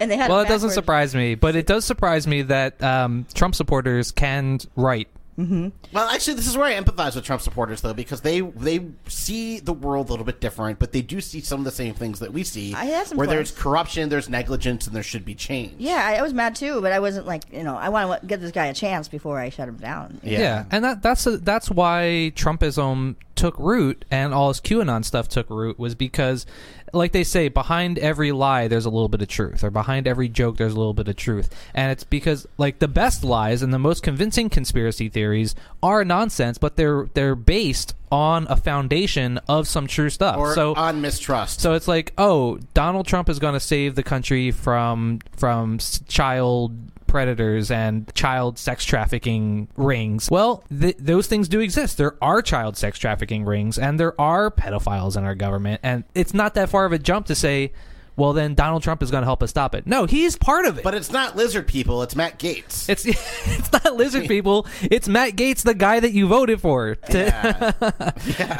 S6: and they had
S3: well, it doesn't
S6: backwards.
S3: surprise me, but it does surprise me that um, Trump supporters can write.
S4: Well, actually, this is where I empathize with Trump supporters, though, because they they see the world a little bit different, but they do see some of the same things that we see.
S6: I have some
S4: where there's
S6: points.
S4: corruption, there's negligence, and there should be change.
S6: Yeah, I, I was mad too, but I wasn't like you know I want to give this guy a chance before I shut him down.
S4: Yeah.
S3: and that that's a, that's why Trumpism took root and all his QAnon stuff took root was because, like they say, behind every lie there's a little bit of truth, or behind every joke there's a little bit of truth, and it's because like the best lies and the most convincing conspiracy theories are nonsense, but they're they're based on a foundation of some true stuff.
S4: Or
S3: so
S4: on mistrust.
S3: So it's like, oh, Donald Trump is going to save the country from from s- child predators and child sex trafficking rings. Well, th- those things do exist. There are child sex trafficking rings and there are pedophiles in our government and it's not that far of a jump to say, well then Donald Trump is going to help us stop it. No, he's part of it.
S4: but it's not lizard people; it's Matt Gates.
S3: it's it's not lizard people. It's Matt Gates, the guy that you voted for. to-
S4: yeah.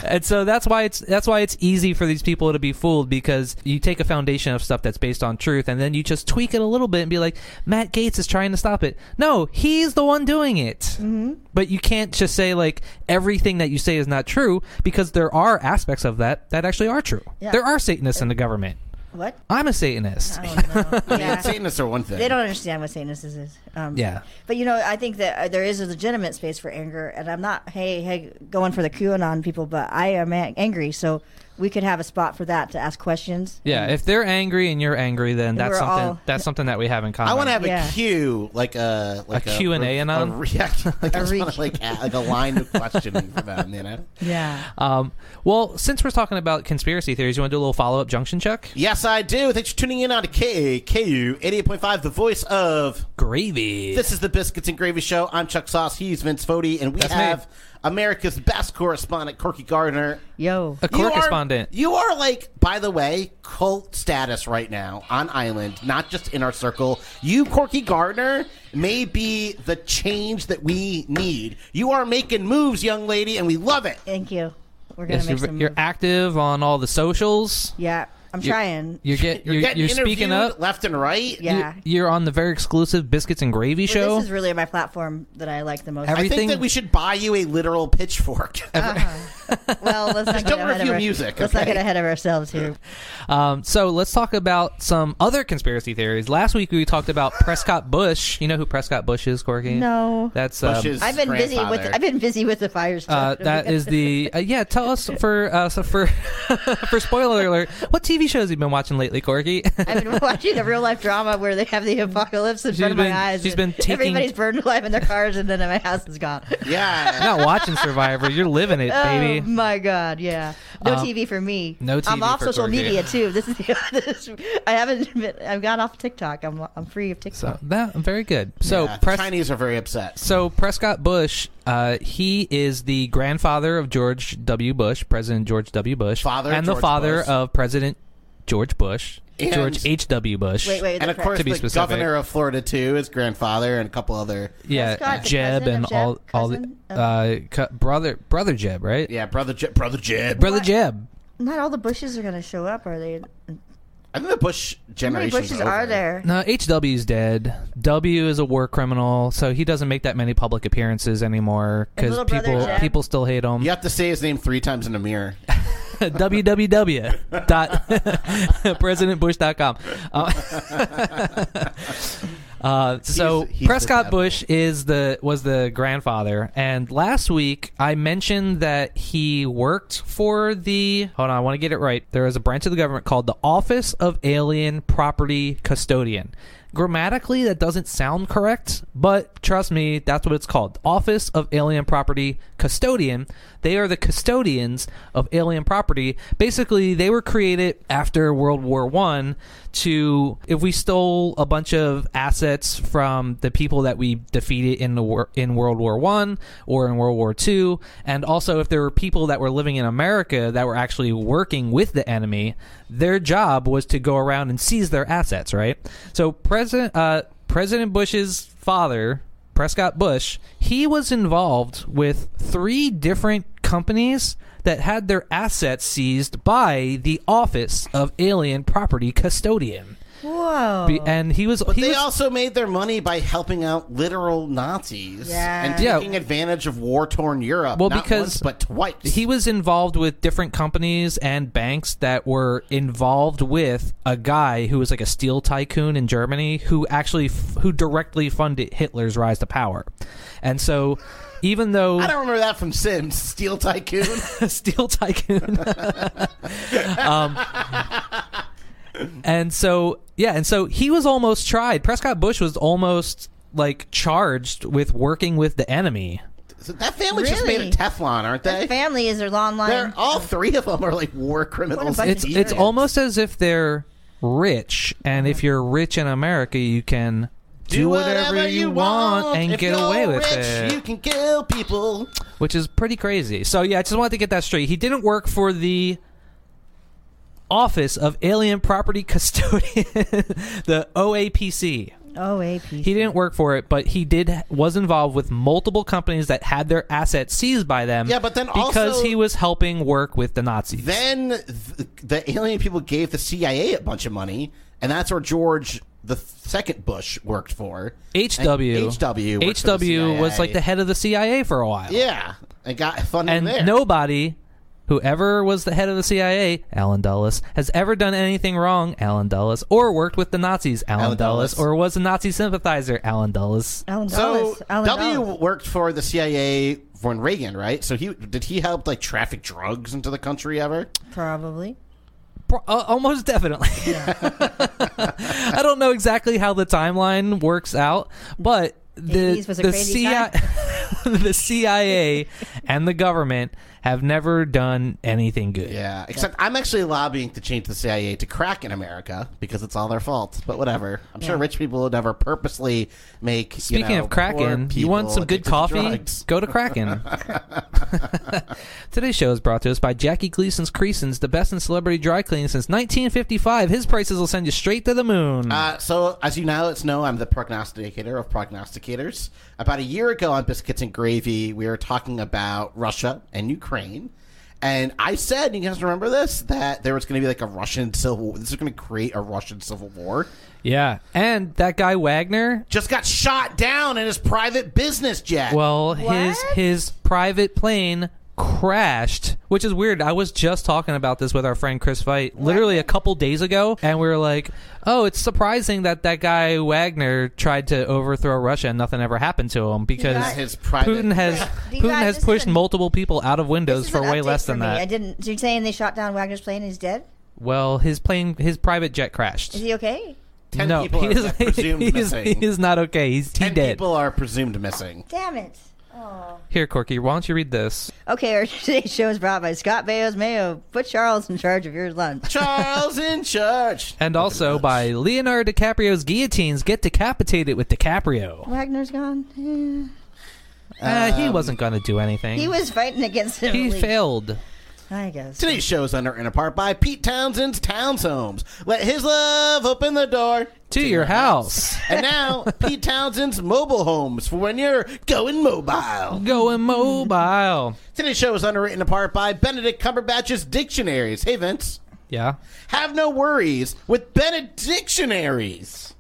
S3: and so that's why it's that's why it's easy for these people to be fooled because you take a foundation of stuff that's based on truth and then you just tweak it a little bit and be like Matt Gates is trying to stop it. No, he's the one doing it.
S4: Mm-hmm.
S3: But you can't just say like everything that you say is not true because there are aspects of that that actually are true.
S6: Yeah.
S3: There are Satanists in the government.
S6: What?
S3: I'm a Satanist.
S6: Oh, no. yeah.
S4: Satanists are one thing.
S6: They don't understand what Satanists is. Um,
S3: Yeah.
S6: But you know, I think that uh, there is a legitimate space for anger, and I'm not hey hey going for the QAnon people, but I am a- angry, so we could have a spot for that to ask questions.
S3: Yeah, if they're angry and you're angry, then that's
S6: Mm. We're
S3: something
S6: all-
S3: that's something that we have in common.
S4: I want to have
S6: Yeah.
S4: a queue, like a like
S3: A Q&A
S4: a,
S3: anon?
S4: re- yeah, like, I just
S6: re-
S4: wanna, like, a- like a line of questioning for them. You know.
S6: Yeah.
S3: Um, well, since we're talking about conspiracy theories, you want to do a little follow up junction check?
S4: Yes, I do. Thanks for tuning in on to KAKU 88.5, the voice of
S3: Gravy.
S4: This is the Biscuits and Gravy Show. I'm Chuck Sauce. He's Vince Fodi, and we
S3: That's me.
S4: have America's best correspondent, Corky Gardner.
S6: Yo.
S3: A
S4: You are-
S3: correspondent.
S4: You are like, by the way, cult status right now on island, not just in our circle. You, Corky Gardner, may be the change that we need. You are making moves, young lady, and we love it.
S6: Thank you. We're gonna
S3: Yes,
S6: make
S3: you're,
S6: some.
S3: you're
S6: moves.
S3: active on all the socials.
S6: yeah. I'm trying.
S3: You're get you're,
S4: You're,
S3: you're,
S4: getting
S3: speaking
S4: interviewed
S3: up.
S4: left and right.
S6: Yeah.
S3: You- You're on the very exclusive Biscuits and Gravy
S6: Well,
S3: show.
S6: This is really my platform that I like the most.
S3: Every-
S4: I think
S3: Everything-
S4: that we should buy you a literal pitchfork.
S6: well, let's not get
S4: don't
S6: ahead of
S4: review
S6: our-
S4: music,
S6: Let's not
S4: okay?
S6: get ahead of ourselves here.
S3: um, so let's talk about some other conspiracy theories. Last week we talked about Prescott Bush. You know who Prescott Bush is, Corky?
S6: No.
S3: That's um,
S4: Bush's
S6: I've been busy with
S4: grandfather.
S6: I've been busy with the fire
S3: Uh,
S6: stuff.
S3: that is the uh, yeah. Tell us for uh, so for for spoiler alert. What TV shows you've been watching lately, Corky?
S6: I've been watching the real life drama where they have the apocalypse in
S3: She's
S6: front of
S3: been-
S6: my eyes.
S3: she's
S6: and
S3: been taking-
S6: everybody's burned alive in their cars, and then my house is gone.
S4: yeah.
S3: Not watching Survivor. You're living it, baby.
S6: Oh my god, yeah. No
S3: Um,
S6: TV for me.
S3: no
S6: I'm
S3: TV
S6: off
S3: for
S6: social
S3: Gorgie.
S6: media too. This is the this, I haven't. Been, I've got off TikTok. I'm I'm free of
S3: So
S6: TikTok.
S3: that very good. So
S4: Yeah,
S3: Pres-
S4: Chinese are very upset.
S3: So Prescott Bush, uh, he is the grandfather of George W. Bush, President George W. Bush,
S4: Father of
S3: and the
S4: George
S3: father
S4: Bush.
S3: of President George Bush,
S4: And-
S3: George H. W. Bush.
S6: Wait, wait.
S4: and of course,
S3: To be
S4: the
S3: specific.
S4: governor of Florida too, his grandfather, and a couple other.
S3: yeah,
S6: Scott, the
S3: Jeb
S6: cousin
S3: and
S6: of
S3: all
S6: Jeb?
S3: all the
S6: Cousin of-
S3: uh, cu- brother brother Jeb, right?
S4: Yeah, brother, Je- brother Jeb.
S3: Brother Jeb.
S6: Not all the Bushes are going to show up, are they?
S4: I think the Bush
S6: How many
S4: generation.
S6: Bushes are there?
S3: No, HW's dead. W is a war criminal, so he doesn't make that many public appearances anymore
S6: And
S3: because
S6: little brother
S3: people
S6: Jeb?
S3: people still hate him.
S4: You have to say his name three times in a mirror.
S3: www dot presidentbush.com. Uh, uh, so
S4: He's- he's the
S3: Prescott
S4: devil.
S3: Bush is the was the grandfather, and last week I mentioned that he worked for the. Hold on, I want to get it right. There is a branch of the government called the Office of Alien Property Custodian. Grammatically, that doesn't sound correct, but trust me, that's what it's called. Office of Alien Property Custodian. They are the custodians of alien property. Basically, they were created after World War One to if we stole a bunch of assets from the people that we defeated in the war, in World War One or in World War Two, and also if there were people that were living in America that were actually working with the enemy, their job was to go around and seize their assets. Right. So President uh, President Bush's father Prescott Bush, he was involved with three different companies that had their assets seized by the Office of Alien Property Custodian.
S6: Whoa.
S3: Be- And he was he
S4: they
S3: was,
S4: also made their money by helping out literal Nazis
S6: Yeah.
S4: and
S3: Yeah.
S4: taking advantage of war torn Europe.
S3: Well,
S4: not
S3: because-
S4: once, but twice.
S3: he was involved with different companies and banks that were involved with a guy who was like a steel tycoon in Germany who actually f- who directly funded Hitler's rise to power. And so even though
S4: I don't remember that from Sims Steel Tycoon.
S3: Steel Tycoon. Um, and so, yeah, and so he was almost tried. Prescott Bush was almost like charged with working with the enemy.
S4: So that family just made
S6: Really?
S4: a Teflon, aren't
S6: Their
S4: they?
S6: family is their long line.
S4: They're all three of them are like war criminals.
S6: bunch of
S3: It's it's
S6: Yes.
S3: almost as if they're rich, and if you're rich in America, you can do, whatever, you want, and
S4: If
S3: get
S4: you're
S3: away with
S4: rich,
S3: it.
S4: You can kill people.
S3: which is pretty crazy. So yeah, I just wanted to get that straight. He didn't work for the Office of Alien Property Custodian, the OAPC.
S6: oh, AP.
S3: He didn't work for it, but he did was involved with multiple companies that had their assets seized by them.
S4: Yeah, but then
S3: because
S4: also-
S3: he was helping work with the Nazis.
S4: Then th- the alien people gave the CIA a bunch of money, and that's where George the second Bush worked for.
S3: HW
S4: And HW worked for the
S3: HW was
S4: CIA.
S3: like the head of the CIA for a while.
S4: Yeah, and got funding
S3: and
S4: there.
S3: nobody whoever was the head of the CIA, Alan Dulles, has ever done anything wrong, Alan Dulles, or worked with the Nazis, Alan,
S4: Alan
S3: Dulles,
S4: Dulles.
S3: or was a Nazi sympathizer, Alan Dulles.
S6: Alan
S4: So
S6: Dulles. Alan
S4: W
S6: Dulles.
S4: worked for the CIA when Reagan, right? So he did he help like traffic drugs into the country ever?
S6: Probably.
S3: Pro- uh, almost definitely. I don't know exactly how the timeline works out, but the
S6: 80s was a
S3: the,
S6: crazy
S3: CIA, the CIA and the government have never done anything good.
S4: Yeah. Except I'm actually lobbying to change the CIA to crack in America because it's all their fault. But whatever. I'm sure rich people would never purposely make.
S3: Speaking of Kraken, you want some good coffee? Go to Kraken. Today's show is brought to us by Jackie Gleason's Creasons, the best in celebrity dry cleaning since 1955. His prices will send you straight to the moon.
S4: Uh, so, as you now know, I'm the prognosticator of prognosticators. About a year ago on Biscuits and Gravy, we were talking about Russia and Ukraine. And I said, you guys remember this, that there was going to be like a Russian civil This was going to create a Russian civil war.
S3: yeah, and that guy Wagner.
S4: Just got shot down in his private business jet.
S3: Well, his
S6: What?
S3: his private plane crashed, which is weird. I was just talking about this with our friend Chris Veit literally a couple days ago, and we were like, "Oh, it's surprising that that guy Wagner tried to overthrow Russia and nothing ever happened to him because
S6: Not
S4: his private
S3: Putin has
S6: You
S3: Putin
S6: guys,
S3: has
S6: this is
S3: pushed
S6: an-
S3: multiple people out of windows
S6: This is
S3: for
S6: an
S3: way
S6: update
S3: less than
S6: for me. I
S3: that.
S6: didn't. So you're saying they shot down Wagner's plane and he's dead?
S3: Well, his plane, his private jet crashed.
S6: Is he okay?
S4: 10
S3: no,
S4: people
S3: he
S4: are
S3: is
S4: presumed
S3: he is,
S4: missing.
S3: he is not okay. He's he
S4: Ten
S3: dead.
S4: people are presumed missing.
S6: Damn it. Oh.
S3: Here, Corky, why don't you read this?
S6: Okay, our today's show is brought by Scott Baio's Mayo. Put Charles in charge of your lunch.
S4: Charles in church.
S3: And also by Leonardo DiCaprio's guillotines get decapitated with DiCaprio.
S6: Wagner's gone. Yeah. Um,
S3: Uh, he wasn't going to do anything.
S6: He was fighting against him.
S3: He
S6: at least.
S3: failed.
S6: I guess.
S4: Today's show is underwritten in part by Pete Townsend's Towns Homes. Let his love open the door.
S3: To your house.
S4: And now, Pete Townsend's Mobile Homes for when you're going mobile.
S3: Going mobile.
S4: Today's show is underwritten in part by Benedict Cumberbatch's Dictionaries. Hey, Vince.
S3: Yeah.
S4: Have no worries with Benedictionaries.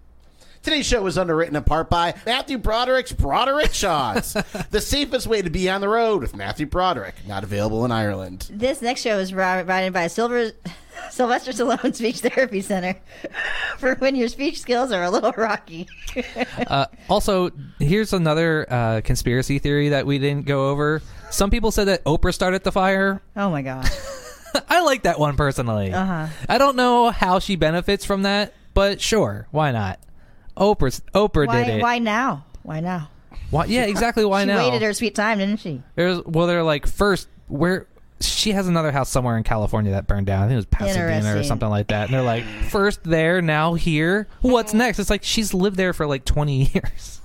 S4: Today's show is underwritten in part by Matthew Broderick's Broderick Shots. the safest way to be on the road with Matthew Broderick. Not available in Ireland.
S6: This next show is provided by Silver, Sylvester Stallone Speech Therapy Center for when your speech skills are a little rocky.
S3: Uh, also, here's another uh, conspiracy theory that we didn't go over. Some people said that Oprah started the fire.
S6: Oh my god!
S3: I like that one personally.
S6: Uh-huh.
S3: I don't know how she benefits from that, but sure, why not? Oprah's, Oprah
S6: Why?
S3: did it.
S6: Why now? Why now?
S3: Why- yeah, exactly. Why
S6: she
S3: now?
S6: waited her sweet time, didn't she?
S3: There's well, they're like first where she has another house somewhere in California that burned down. I think it was Pasadena or
S6: Interesting.
S3: something like that. And they're like first there, now here. What's
S6: Mm-hmm.
S3: next? It's like she's lived there for like 20 years,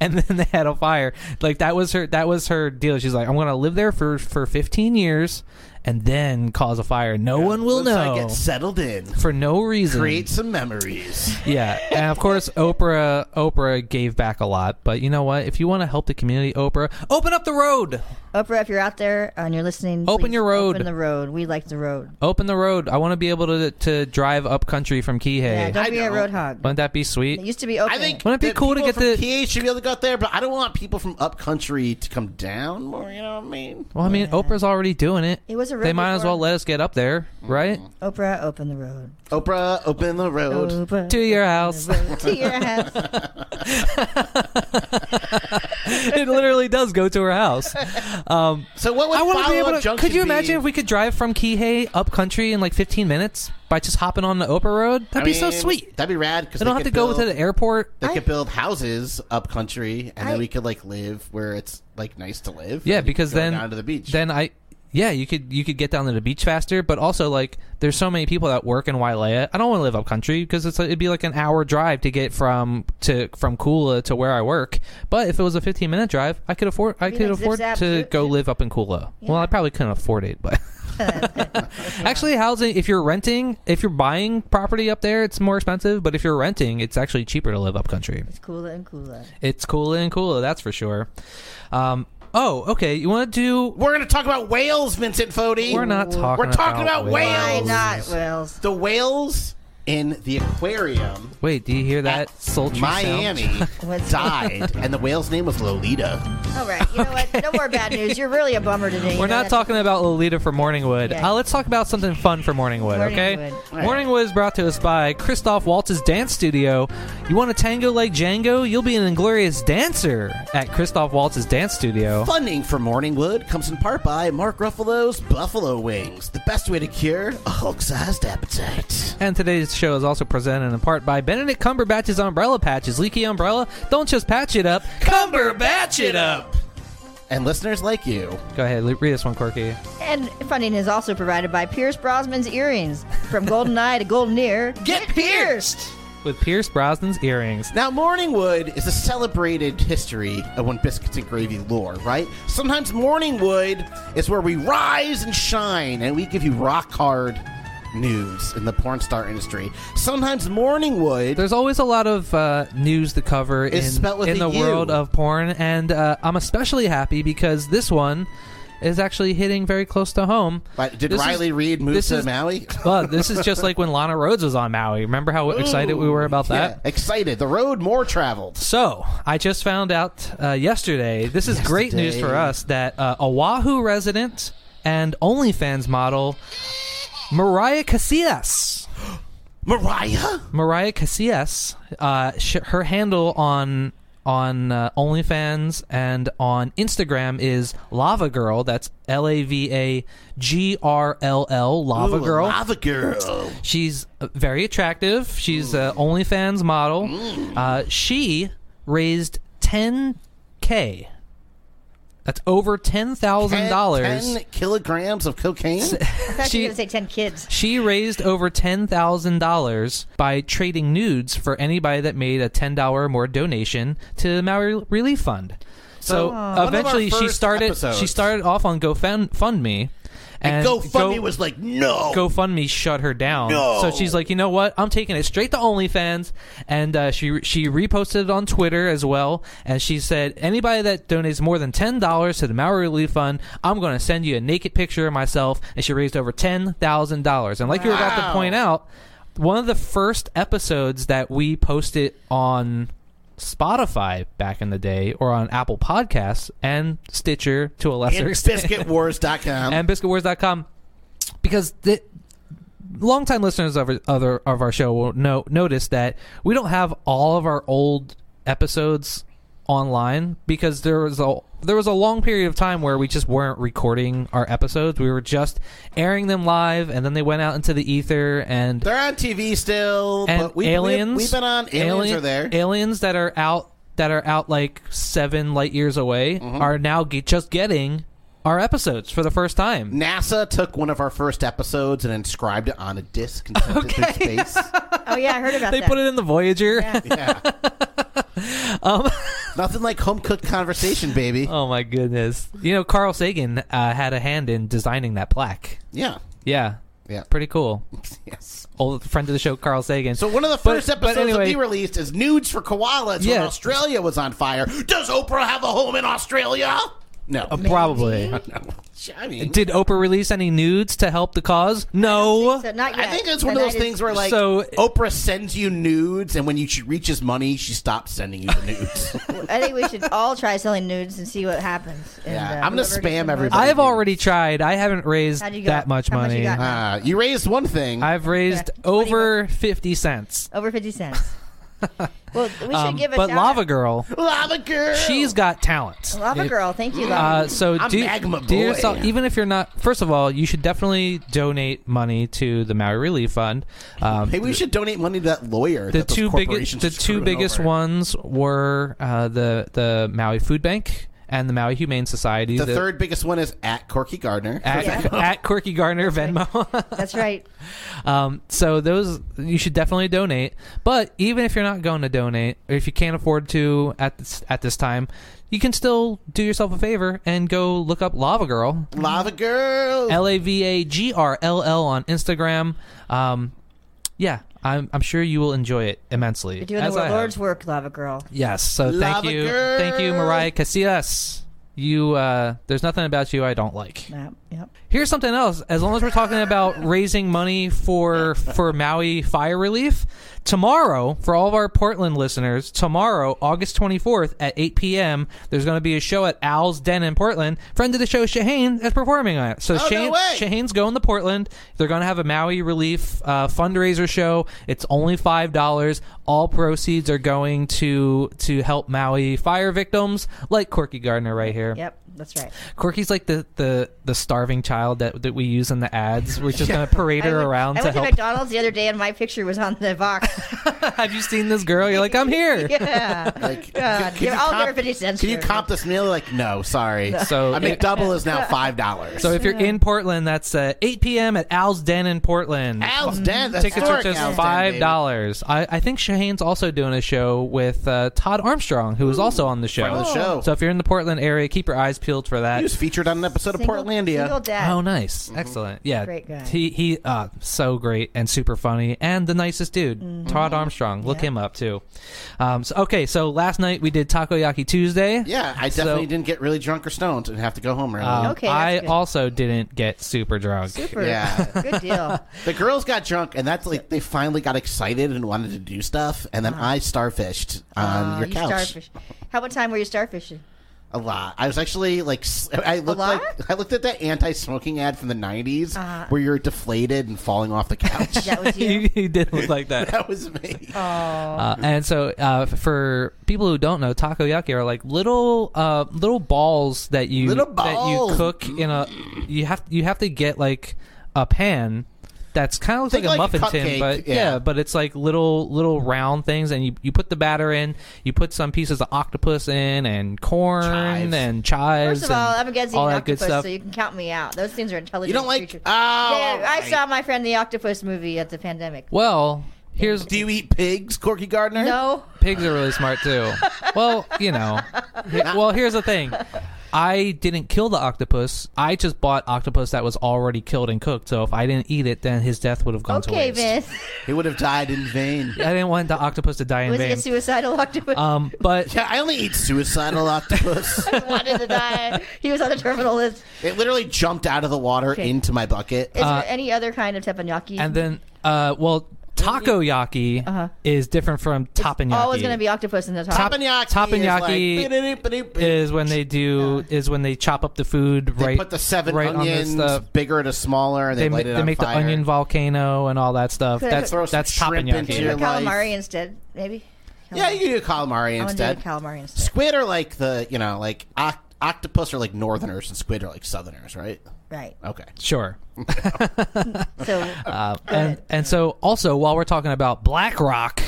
S3: and then they had a fire. Like that was her that was her deal. She's like, I'm gonna live there for for 15 years, and then cause a fire. No one will
S4: Once
S3: know
S4: I get settled in.
S3: for no reason.
S4: Create some memories.
S3: Yeah, and of course Oprah Oprah gave back a lot, but you know what? If you want to help the community, Oprah, open up the road.
S6: Oprah, if you're out there and you're listening,
S3: Open
S6: please
S3: your road.
S6: Open the road. We like the road.
S3: Open the road. I want to be able to to drive up country from Kihei.
S6: Yeah, don't
S4: I
S6: be
S4: know.
S6: a road hog.
S3: Wouldn't that be
S6: It
S3: sweet?
S6: used to be open.
S4: I think
S3: Wouldn't it be
S4: that
S3: cool to
S4: people
S3: get
S4: from
S3: the-
S4: PH should be able to go out there, but I don't want people from upcountry to come down more. You know what I mean?
S3: Well, I mean, Oprah's already doing it.
S6: It was a road
S3: They might as well
S6: before.
S3: let us get up there,
S4: Mm-hmm.
S3: right?
S6: Oprah, open the road.
S4: Oprah, open the road.
S6: Oprah,
S3: To your house.
S6: to your house.
S3: it literally does go to her house. Um,
S4: So what would
S3: I want to be
S4: follow-up
S3: able to.
S4: junction
S3: Could you
S4: be?
S3: imagine if we could drive from Kihei up country in like 15 minutes by just hopping on the Oprah Road? That'd
S4: I
S3: be so
S4: mean,
S3: sweet.
S4: That'd be rad because
S3: They don't have to go to the airport.
S4: They
S6: I-
S4: could build houses upcountry, and
S6: I-
S4: then we could like live where it's like nice to live.
S3: Yeah,
S4: and you
S3: because
S4: could go
S3: then
S4: down to the beach.
S3: Then I, yeah, you could you could get down to the beach faster. But also, like, there's so many people that work in Wailea. I don't want to live up country because it's it'd be like an hour drive to get from to from Kula to where I work. But if it was a 15 minute drive, I could afford I
S6: Be
S3: could
S6: like zip
S3: afford
S6: zap
S3: to
S6: zoot
S3: go
S6: zoot.
S3: live up in Kula. Well, I probably couldn't afford it, but. Actually, housing, if you're renting, if you're buying property up there, it's more expensive. But if you're renting, it's actually cheaper to live up country.
S6: It's cooler and cooler.
S3: It's cooler and cooler, that's for sure. Um, oh, okay. You want to do
S4: we're going to talk about whales, Vincent Fodi.
S3: we're not talking.
S4: We're talking about
S6: Why
S4: whales.
S6: not, Wales?
S4: The whales in the aquarium
S3: Wait, do you hear that
S4: at
S3: sultry
S4: Miami
S3: sound?
S6: What's-
S4: died, and the whale's name was Lolita.
S6: All right. You know what? No more bad news. You're really a bummer today. You
S3: We're
S6: know
S3: not
S6: that?
S3: talking about Lolita for Morningwood.
S6: Yeah.
S3: Uh, let's talk about something fun for Morningwood, okay?
S6: Morningwood.
S3: Morningwood is brought to us by Christoph Waltz's Dance Studio. You want a tango like Django? You'll be an inglorious dancer at Christoph Waltz's Dance Studio.
S4: Funding for Morningwood comes in part by Mark Ruffalo's Buffalo Wings, the best way to cure a Hulk-sized appetite.
S3: And today's show is also presented in part by Benedict Cumberbatch's Umbrella Patches. Leaky umbrella? Don't just patch it up. Cumberbatch it up!
S4: And listeners like you,
S3: Go ahead, le- read us one, Corky.
S6: And funding is also provided by Pierce Brosnan's earrings. From golden eye to golden ear,
S4: get pierced.
S3: With Pierce Brosnan's earrings.
S4: Now, Morningwood is a celebrated history of when biscuits and gravy lore, right? Sometimes Morningwood is where we rise and shine, and we give you rock hard news in the porn star industry. Sometimes Morningwood
S3: There's always a lot of uh, news to cover
S4: It's
S3: in,
S4: spelled with
S3: in the
S4: a U.
S3: world of porn, and uh, I'm especially happy because this one is actually hitting very close to home.
S4: But did
S3: This is-
S4: Riley Reed move
S3: this
S4: to
S3: is-
S4: Maui?
S3: Well, this is just like when Lana Rhodes was on Maui. Remember how excited we were about that?
S4: Yeah, excited. The road more traveled.
S3: So, I just found out uh, yesterday. This is great news for
S4: Yesterday.
S3: us that uh, a Wahoo resident and OnlyFans model Mariah Casillas.
S4: Mariah?
S3: Mariah Casillas, uh, sh- her handle on on uh, OnlyFans and on Instagram is Lava Girl. That's L A V A G R L L Lava
S4: Ooh, a
S3: Girl.
S4: Lava girl.
S3: She's uh, very attractive. She's a OnlyFans model.
S4: Mm.
S3: Uh, she raised 10k. That's over ten thousand dollars.
S4: Ten kilograms of cocaine?
S6: I thought
S3: She-
S6: you were going to say 10 kids.
S3: She raised over ten thousand dollars by trading nudes for anybody that made a ten dollar or more donation to the Maui Relief Fund. So
S4: Oh. one of our
S3: eventually, she
S4: first
S3: started.
S4: episodes.
S3: She started off on GoFundMe,
S4: And,
S3: Go-
S4: GoFundMe was like, no.
S3: GoFundMe shut her down.
S4: No.
S3: So she's like, you know what? I'm taking it straight to OnlyFans, and uh, she she reposted it on Twitter as well. And she said, anybody that donates more than ten dollars to the Maori Relief Fund, I'm going to send you a naked picture of myself. And she raised over ten thousand dollars. And like you were about to
S4: Wow.
S3: point out, one of the first episodes that we posted on. Spotify back in the day, or on Apple Podcasts and Stitcher to a lesser
S4: and
S3: extent
S4: biscuitwars.com.
S3: and biscuitwars.com because the longtime listeners of other of our show will no, notice that we don't have all of our old episodes online because there was a there was a long period of time where we just weren't recording our episodes. We were just airing them live and then they went out into the ether and
S4: They're on TV still,
S3: and
S4: but we,
S3: aliens.
S4: We, have been on. Aliens
S3: alien-
S4: are there.
S3: Aliens that are out that are out like seven light years away
S4: Mm-hmm.
S3: are now ge- just getting our episodes for the first time.
S4: NASA took one of our first episodes and inscribed it on a disc and sent it through space.
S6: Oh yeah, I heard about
S3: they
S6: that.
S3: put it in the Voyager.
S4: yeah.
S3: Um,
S4: Nothing like home cooked conversation, baby.
S3: Oh my goodness! You know, Carl Sagan uh, had a hand in designing that plaque.
S4: yeah.
S3: Yeah,
S4: Yeah.
S3: pretty cool.
S4: Yes.
S3: Old friend of the show, Carl Sagan.
S4: So one of the
S3: But-
S4: first
S3: but
S4: episodes
S3: anyway-
S4: that we released is nudes for koalas when
S3: Yeah.
S4: Australia was on fire. Does Oprah have a home in Australia? No.
S3: probably
S4: No. I mean,
S3: did Oprah release any nudes to help the cause? No.
S6: So not
S4: I
S6: yet.
S4: think it's one
S6: But
S4: of those
S6: that is-
S4: things where like
S3: So-
S4: Oprah sends you nudes, and when you she reaches money, she stops sending you the nudes.
S6: I think we should all try selling nudes and see what happens. And,
S4: Yeah,
S6: uh,
S4: I'm gonna
S6: whoever
S4: spam
S6: gets the most-
S4: everybody.
S3: I've already tried. I haven't raised
S6: How'd you go?
S3: that much
S6: How much you
S3: money.
S6: got?
S4: uh, you raised one thing.
S3: I've raised
S6: Okay.
S3: over fifty cents.
S6: Over fifty cents. well, we should
S3: Um,
S6: give a
S3: but
S6: shout
S3: Lava
S6: out-
S3: Girl,
S4: Lava girl.
S3: she's got talent.
S6: Lava Girl, thank you, Lava.
S3: Uh, so
S4: I'm
S3: do,
S4: Magma
S3: do
S4: Boy.
S3: yourself even if you're not first of all you should definitely donate money to the maui relief fund um,
S4: Hey, we should donate money to that lawyer.
S3: the
S4: that those
S3: two biggest
S4: corporations
S3: the
S4: are
S3: two
S4: screwing
S3: biggest
S4: over.
S3: ones were uh, the the maui food bank and the maui humane society
S4: The
S3: that-
S4: third biggest one is at Corky Gardner.
S3: at,
S6: Yeah.
S3: at Quirky Garner Venmo.
S6: That's right.
S3: um, so those you should definitely donate. But even if you're not going to donate, or if you can't afford to at this, at this time, you can still do yourself a favor and go look up Lava Girl
S4: Lava girl.
S3: L A V A G R L L on Instagram. Um, yeah, I'm, I'm sure you will enjoy it immensely.
S6: You're doing
S3: as
S6: the
S3: I have.
S6: Lord's work, Lava Girl.
S3: Yes. So thank
S4: Lava
S3: you,
S4: girl.
S3: thank you, Mariah Casillas. You, uh, there's nothing about you I don't like.
S6: Yep, yep.
S3: Here's something else. As long as we're talking about raising money for for Maui fire relief, tomorrow for all of our Portland listeners, tomorrow August 24th at 8 p.m. There's going to be a show at Al's Den in Portland. Friend of the show Shahane is performing on it. So
S4: Oh, no
S3: Shahane,
S4: way.
S3: Shahane's going to Portland. They're going to have a Maui relief uh, fundraiser show. It's only five dollars. All proceeds are going to to help Maui fire victims, like Corky Gardner right here.
S6: Yep, that's right.
S3: Corky's like the, the, the starving child that, that we use in the ads. We're just gonna parade her
S6: I went,
S3: around
S6: I
S3: to
S6: went to,
S3: help.
S6: McDonald's the other day, and my picture was on the box.
S3: Have you seen this girl? You're like, I'm here.
S6: yeah.
S4: Like,
S6: God, give- I'll give her 50 cents
S4: Can you
S6: for it.
S4: comp this meal? Like, no, sorry.
S3: So
S4: a
S3: it-
S4: McDouble is now five dollars.
S3: So if you're in Portland, that's uh, 8 p.m. at Al's Den in Portland.
S4: Al's
S6: Mm.
S4: Den, that's
S3: Tickets are
S4: historic
S3: just
S4: Al's Den,
S3: five
S4: baby.
S3: dollars. I, I think Shahane's also doing a show with uh, Todd Armstrong, who is also on the show.
S4: friend of the show.
S3: So if you're in the Portland area, keep your eyes peeled for that.
S4: He was featured on an episode
S6: Single-
S4: of Portlandia.
S6: Single dad.
S3: Oh, nice, excellent. Yeah,
S6: Mm-hmm. Great guy.
S3: He he, uh, so great and super funny and the nicest dude.
S6: Mm-hmm.
S3: Todd Armstrong, look him up too. Um, so okay, so last night we did Takoyaki Tuesday.
S4: yeah, I
S3: So-
S4: definitely didn't get really drunk or stoned and have to go home early.
S3: Um,
S6: Okay, that's
S3: I
S6: good.
S3: also didn't get super drunk.
S6: Super.
S4: Yeah.
S6: Good deal.
S4: The girls got drunk, and that's like they finally got excited and wanted to do stuff, and then I starfished on your
S6: Uh, Uh-huh. you
S4: couch
S6: starfish. How much time were you starfishing?
S4: a lot. I was actually like, s- I looked
S6: lot?
S4: like I looked at that anti-smoking ad from the '90s
S6: Uh-huh.
S4: where you're deflated and falling off the couch.
S6: That was you.
S3: he, he did look like that.
S4: that was me.
S3: Uh, and so, uh, f- for people who don't know, takoyaki are like little uh, little balls that you
S4: Little
S3: that you
S4: balls.
S3: cook in a. You have you have to get like a pan that's kind of looks like,
S4: Think
S3: a
S4: like a
S3: muffin tin,
S4: cupcake,
S3: but yeah.
S4: yeah.
S3: but it's like little little round things, and you, you put the batter in, you put some pieces of octopus in, and corn
S4: Chives.
S3: and chives.
S6: First of all,
S3: and
S6: I'm against
S3: all
S6: eating
S3: that
S6: octopus,
S3: good stuff.
S6: so you can count me out. Those things are intelligent.
S4: You don't like?
S6: creatures.
S4: Oh,
S6: yeah, I
S4: right.
S6: saw my friend the octopus movie at the pandemic.
S3: well, here's
S4: Do you eat pigs, Corky Gardner?
S6: No,
S3: Pigs are really smart too. Well, you know. Well, here's the thing. I didn't kill the octopus. I just bought octopus that was already killed and cooked. So if I didn't eat it, then his death would have gone
S6: Okay,
S3: to waste.
S6: Vince.
S4: He would have died in vain.
S3: I didn't want the octopus to die in
S6: Was he
S3: vain.
S6: a suicidal octopus?
S3: um, but
S4: Yeah, I only eat suicidal octopus.
S6: He wanted to die. He was on the terminal list.
S4: it literally jumped out of the water into my bucket.
S6: Is there any other kind of teppanyaki?
S3: Uh, and then uh, well, takoyaki is different from tapenaki.
S6: Uh-huh. always going to be octopus in the top.
S4: Teppanyaki.
S3: Teppanyaki is
S4: is like-
S3: when they do is when they chop up the food
S4: They
S3: right.
S4: put the seven
S3: right
S4: onions
S3: on the stuff.
S4: bigger to smaller, and they,
S3: They, ma-
S4: light it
S3: they
S4: on
S3: make
S4: fire.
S3: the onion volcano and all that stuff.
S6: Could I
S3: That's
S4: throw some
S3: that's
S4: shrimp into
S6: Maybe
S4: your
S3: tapenaki.
S6: a calamari
S4: life.
S6: instead, maybe.
S4: Yeah, you can do calamari
S6: I want to
S4: instead.
S6: do a calamari instead.
S4: squid are like the you know like oc- octopus are like northerners, and squid are like southerners, right?
S6: Right.
S4: Okay.
S3: Sure.
S6: So
S3: Uh, and and so also while we're talking about BlackRock,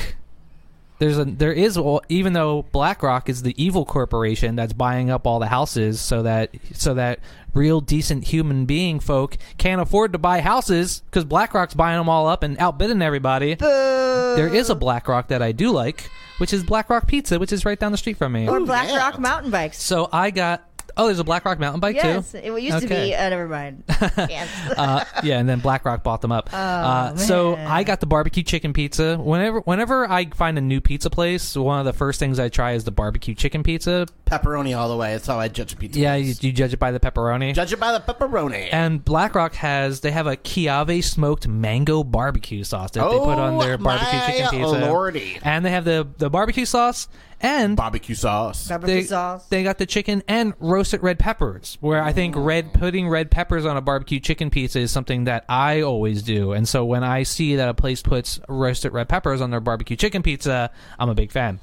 S3: there's a there is well, even though BlackRock is the evil corporation that's buying up all the houses so that so that real decent human being folk can't afford to buy houses because BlackRock's buying them all up and outbidding everybody.
S6: uh,
S3: There is a BlackRock that I do like, which is BlackRock Pizza, which is right down the street from me.
S6: or Black
S4: yeah.
S6: Rock mountain bikes.
S3: So I got oh, there's a BlackRock mountain bike
S6: Yes,
S3: too.
S6: it used to
S3: Okay.
S6: be. Uh, never mind. Yes.
S3: uh, yeah, and then BlackRock bought them up. uh, so
S6: man.
S3: I got the barbecue chicken pizza. Whenever whenever I find a new pizza place, one of the first things I try is the barbecue chicken pizza.
S4: Pepperoni all the way. That's how I judge a pizza.
S3: Yeah, you,
S4: place.
S3: you judge it by the pepperoni.
S4: judge it by the pepperoni.
S3: and BlackRock has they have a Chiave smoked mango barbecue sauce that they put on
S4: Oh,
S3: their barbecue
S4: my
S3: chicken pizza.
S4: lordy.
S3: And they have the the barbecue sauce and
S4: Barbecue sauce.
S6: Barbecue
S3: they,
S6: sauce.
S3: they got the chicken and roasted red peppers. Where I think red putting red peppers on a barbecue chicken pizza is something that I always do. And so when I see that a place puts roasted red peppers on their barbecue chicken pizza, I'm a big fan.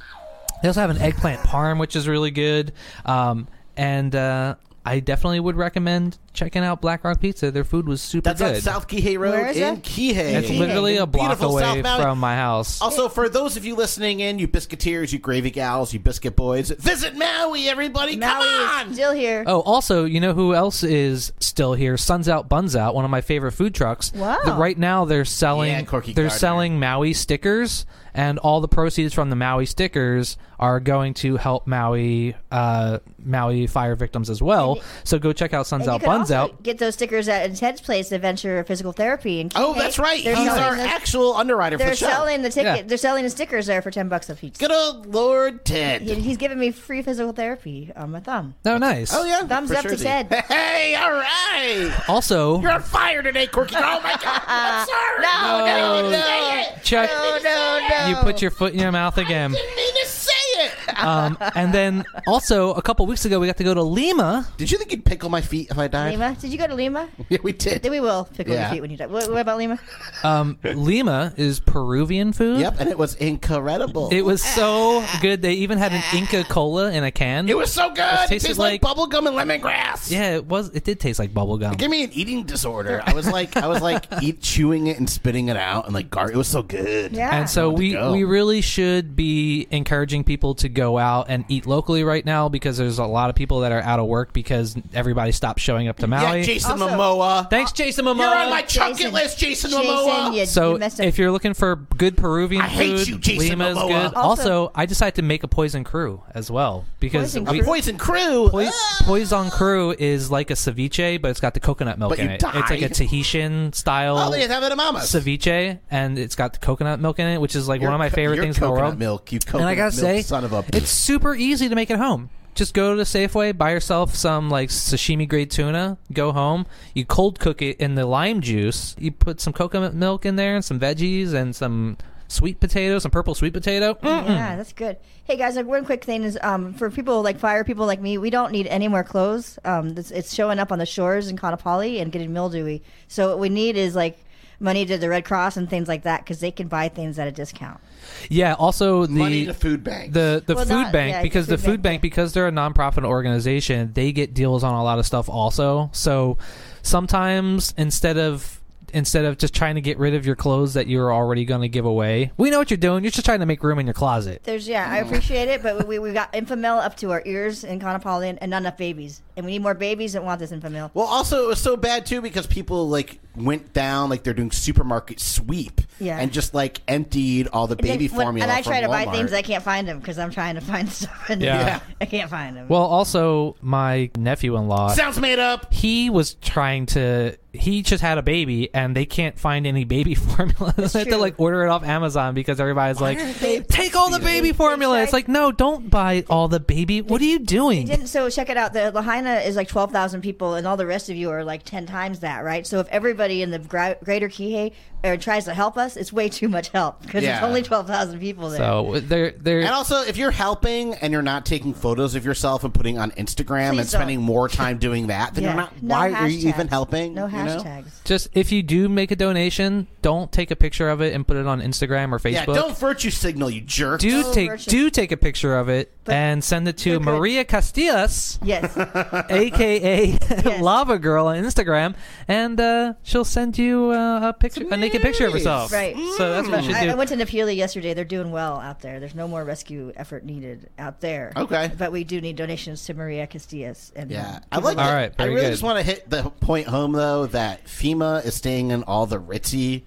S3: They also have an eggplant parm, which is really good. Um, and uh, I definitely would recommend checking out Black Rock Pizza. Their food was super
S4: That's
S3: good.
S4: on South Kihei Road
S6: Where is
S4: in
S6: that?
S4: Kihei.
S3: It's literally a block
S4: Beautiful South
S3: away
S4: Mountain.
S3: from my house.
S4: Also, for those of you listening in, you biscuiteers, you gravy gals, you biscuit boys, visit Maui, everybody!
S6: Maui
S4: Come
S6: is
S4: on!
S6: still here.
S3: Oh, also, you know who else is still here? Suns Out Buns Out, one of my favorite food trucks.
S6: Wow.
S3: The- right now they're selling
S4: Yeah, Corky
S3: they're
S4: Gardner.
S3: selling Maui stickers and all the proceeds from the Maui stickers are going to help Maui uh, Maui fire victims as well. so go check out Suns
S6: And you
S3: Out
S6: can
S3: Buns
S6: also
S3: Out.
S6: get those stickers at Intense Place Adventure Physical Therapy. In
S4: Oh,
S6: Kihei.
S4: that's right.
S6: They're
S4: He's
S6: selling
S4: our
S6: those-
S4: actual underwriter for
S6: They're
S4: the show.
S6: selling the ticket.
S3: Yeah.
S6: They're selling the stickers there for ten bucks a piece.
S4: Good old Lord Ted.
S6: He- He's giving me free physical therapy on my thumb.
S3: Oh, nice.
S4: Oh yeah,
S6: Thumbs
S4: for
S6: up to
S4: Z.
S6: Ted.
S4: Hey, all right.
S3: Also,
S4: You're on fire today, Corky. Oh my god, I'm sorry.
S6: No, no,
S4: no. Say it.
S3: check
S6: Oh, No, no, no.
S3: you put your foot in your mouth again.
S4: Didn't mean to say it.
S3: Um, and then also a couple weeks ago we got to go to Lima.
S4: Did you think you'd pickle my feet if I died?
S6: Lima, did you go to Lima?
S4: Yeah, we did.
S6: Then we will pickle
S4: Yeah.
S6: your feet when you die. What, what about Lima?
S3: Um, Lima is Peruvian food.
S4: Yep, and it was incredible.
S3: It was so good. They even had an Inca cola in a can.
S4: It was so good. It,
S3: tasted
S4: tastes like,
S3: like-
S4: bubble gum and lemongrass.
S3: yeah, it was. It did taste like bubble gum.
S4: Give me an eating disorder. I was like, I was like, eat chewing it and spitting it out, and like, gar- it was so good.
S6: Yeah.
S3: And so we,
S4: go.
S3: we really should be encouraging people to go out and eat locally right now because there's a lot of people that are out of work because everybody stopped showing up to Maui.
S4: yeah. Jason
S6: Also-
S4: Momoa.
S3: Thanks, Jason Momoa.
S4: You're on my chunk
S6: Jason-
S4: it list, Jason,
S6: Jason,
S4: Momoa.
S6: you,
S3: so
S6: you messed up.
S3: if you're looking for good Peruvian
S4: I
S3: food,
S4: hate you, Jason
S3: Lima is
S4: Momoa.
S3: good.
S6: Also-
S3: Also, I decided to make a poison crew as well because
S6: Poison
S3: we,
S6: crew?
S4: Poison Crew.
S3: Poi-
S4: Ah!
S3: poison crew is like a ceviche, but it's got the coconut milk
S4: But
S3: in
S4: you
S3: it. It's like
S4: die.
S3: a Tahitian style.
S4: Oh, they have it at Mama's.
S3: ceviche and it's got the coconut milk in it, which is like
S4: Your
S3: one of my
S4: co-
S3: favorite
S4: your
S3: things in the
S4: coconut
S3: world.
S4: Milk, you coconut
S3: and I gotta
S4: milk,
S3: say,
S4: son of a.
S3: it's super easy to make at home. Just go to Safeway, buy yourself some like sashimi grade tuna, go home, you cold cook it in the lime juice, you put some coconut milk in there and some veggies and some sweet potato, some purple sweet potato. Mm.
S6: Yeah, that's good. Hey guys, like one quick thing is um, for people like fire people like me, we don't need any more clothes. Um, this, it's showing up on the shores in Kanapali and getting mildewy. So what we need is like money to the Red Cross and things like that because they can buy things at a discount.
S3: Yeah, also the
S4: money to food bank.
S3: the the
S6: Well,
S3: food
S6: not-
S3: bank
S6: yeah,
S3: because
S6: food
S3: the food
S6: bank,
S3: bank, because they're a nonprofit organization they get deals on a lot of stuff also so sometimes instead of instead of just trying to get rid of your clothes that you're already going to give away we know what you're doing you're just trying to make room in your closet
S6: There's yeah, I appreciate it, but we we got Infamil up to our ears in Kanapali and, and not enough babies, and we need more babies that want this Infamil.
S4: well, also it was so bad too because people like went down like they're doing supermarket sweep
S6: Yeah.
S4: and just like emptied all the baby
S6: Then when-
S4: formula.
S6: And I
S4: from
S6: try to buy
S4: Walmart.
S6: things I can't find them because I'm trying to find stuff. And
S3: Yeah.
S4: Yeah.
S6: I can't find them.
S3: Well, also my nephew-in-law.
S4: sounds made up.
S3: he was trying to. He just had a baby, and they can't find any baby formula. they have to
S6: true.
S3: like order it off Amazon because everybody's
S4: aren't they
S3: like, "Take all the baby formula." It's like, no, don't buy all the baby. What are you doing?
S6: Didn't- so check it out. The Lahaina is like twelve thousand people, and all the rest of you are like ten times that, right? So if everybody in the gra- greater Kihei uh, tries to help us, it's way too much help because
S4: Yeah.
S6: it's only twelve thousand people there.
S3: So they're they're.
S4: And also, if you're helping and you're not taking photos of yourself and putting on Instagram and
S6: Please don't.
S4: spending more time doing that, then
S6: Yeah.
S4: you're not.
S6: No
S4: why are you
S6: hashtags.
S4: even helping?
S6: No
S4: you know?
S6: hashtags.
S3: just if you do make a donation, don't take a picture of it and put it on Instagram or Facebook.
S4: Yeah, don't virtue signal, you jerk.
S3: do
S6: No
S3: take
S6: virtue.
S3: do take a picture of it and send it to
S6: they're good.
S3: Maria Castillas,
S6: Yes.
S3: aka Lava Girl on Instagram, and uh, she'll send you uh, a picture, a naked picture of herself.
S6: Right. Mm.
S3: So that's what you
S6: Hmm. I, I
S3: should do.
S6: went to Napioli yesterday. They're doing well out there. There's no more rescue effort needed out there.
S4: Okay.
S6: But we do need donations to Maria Castillas. And
S4: Yeah,
S6: um,
S4: I like.
S3: All
S4: that-
S3: right,
S4: I
S3: very
S4: really
S3: good.
S4: just want to hit the point home though that FEMA is staying in all the ritzy,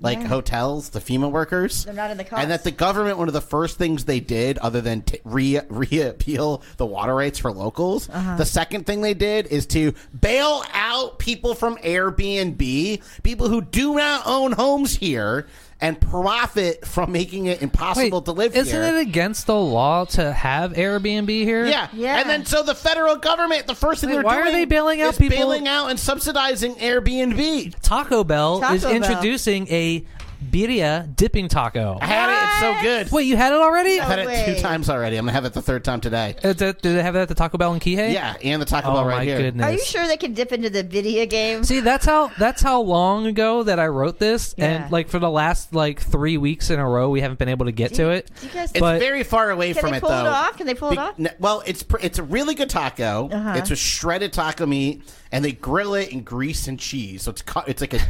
S4: like hotels. The FEMA workers.
S6: They're not in the cost.
S4: And that the government, one of the first things they did, other than t- re reappeal the water rates for locals,
S6: Uh-huh.
S4: the second thing they did is to bail out people from Airbnb, people who do not own homes here, and profit from making it impossible to live
S3: isn't
S4: here.
S3: it against the law to have Airbnb here?
S4: Yeah.
S6: Yeah.
S4: And then so the federal government, the first thing
S3: Wait,
S4: they're
S3: why are
S4: doing
S3: they bailing out
S4: is
S3: people-
S4: bailing out and subsidizing Airbnb.
S3: Taco Bell
S6: Taco
S3: is
S6: Bell.
S3: introducing a birria dipping taco.
S4: I had it. It's so good.
S3: Wait, you had it already?
S4: I've had it
S6: Wait.
S4: two times already. I'm gonna have it the third time today.
S3: Uh, did, did they have that at the Taco Bell in Kihei?
S4: Yeah, and the Taco
S3: Oh
S4: Bell right
S3: my
S4: here.
S3: goodness.
S6: Are you sure they can dip into the video game?
S3: See, that's how that's how long ago that I wrote this,
S6: Yeah.
S3: and like for the last like three weeks in a row, we haven't been able to get to it.
S6: do you guys-
S4: It's
S3: but
S4: very far away
S6: Can
S4: from
S6: they
S4: it
S6: pull
S4: though.
S6: it off? Can they pull it
S4: Be-
S6: off? Uh-huh.
S4: n- well, it's pr- it's a really good taco. It's a shredded taco meat, and they grill it in grease and cheese. So it's cu- it's like a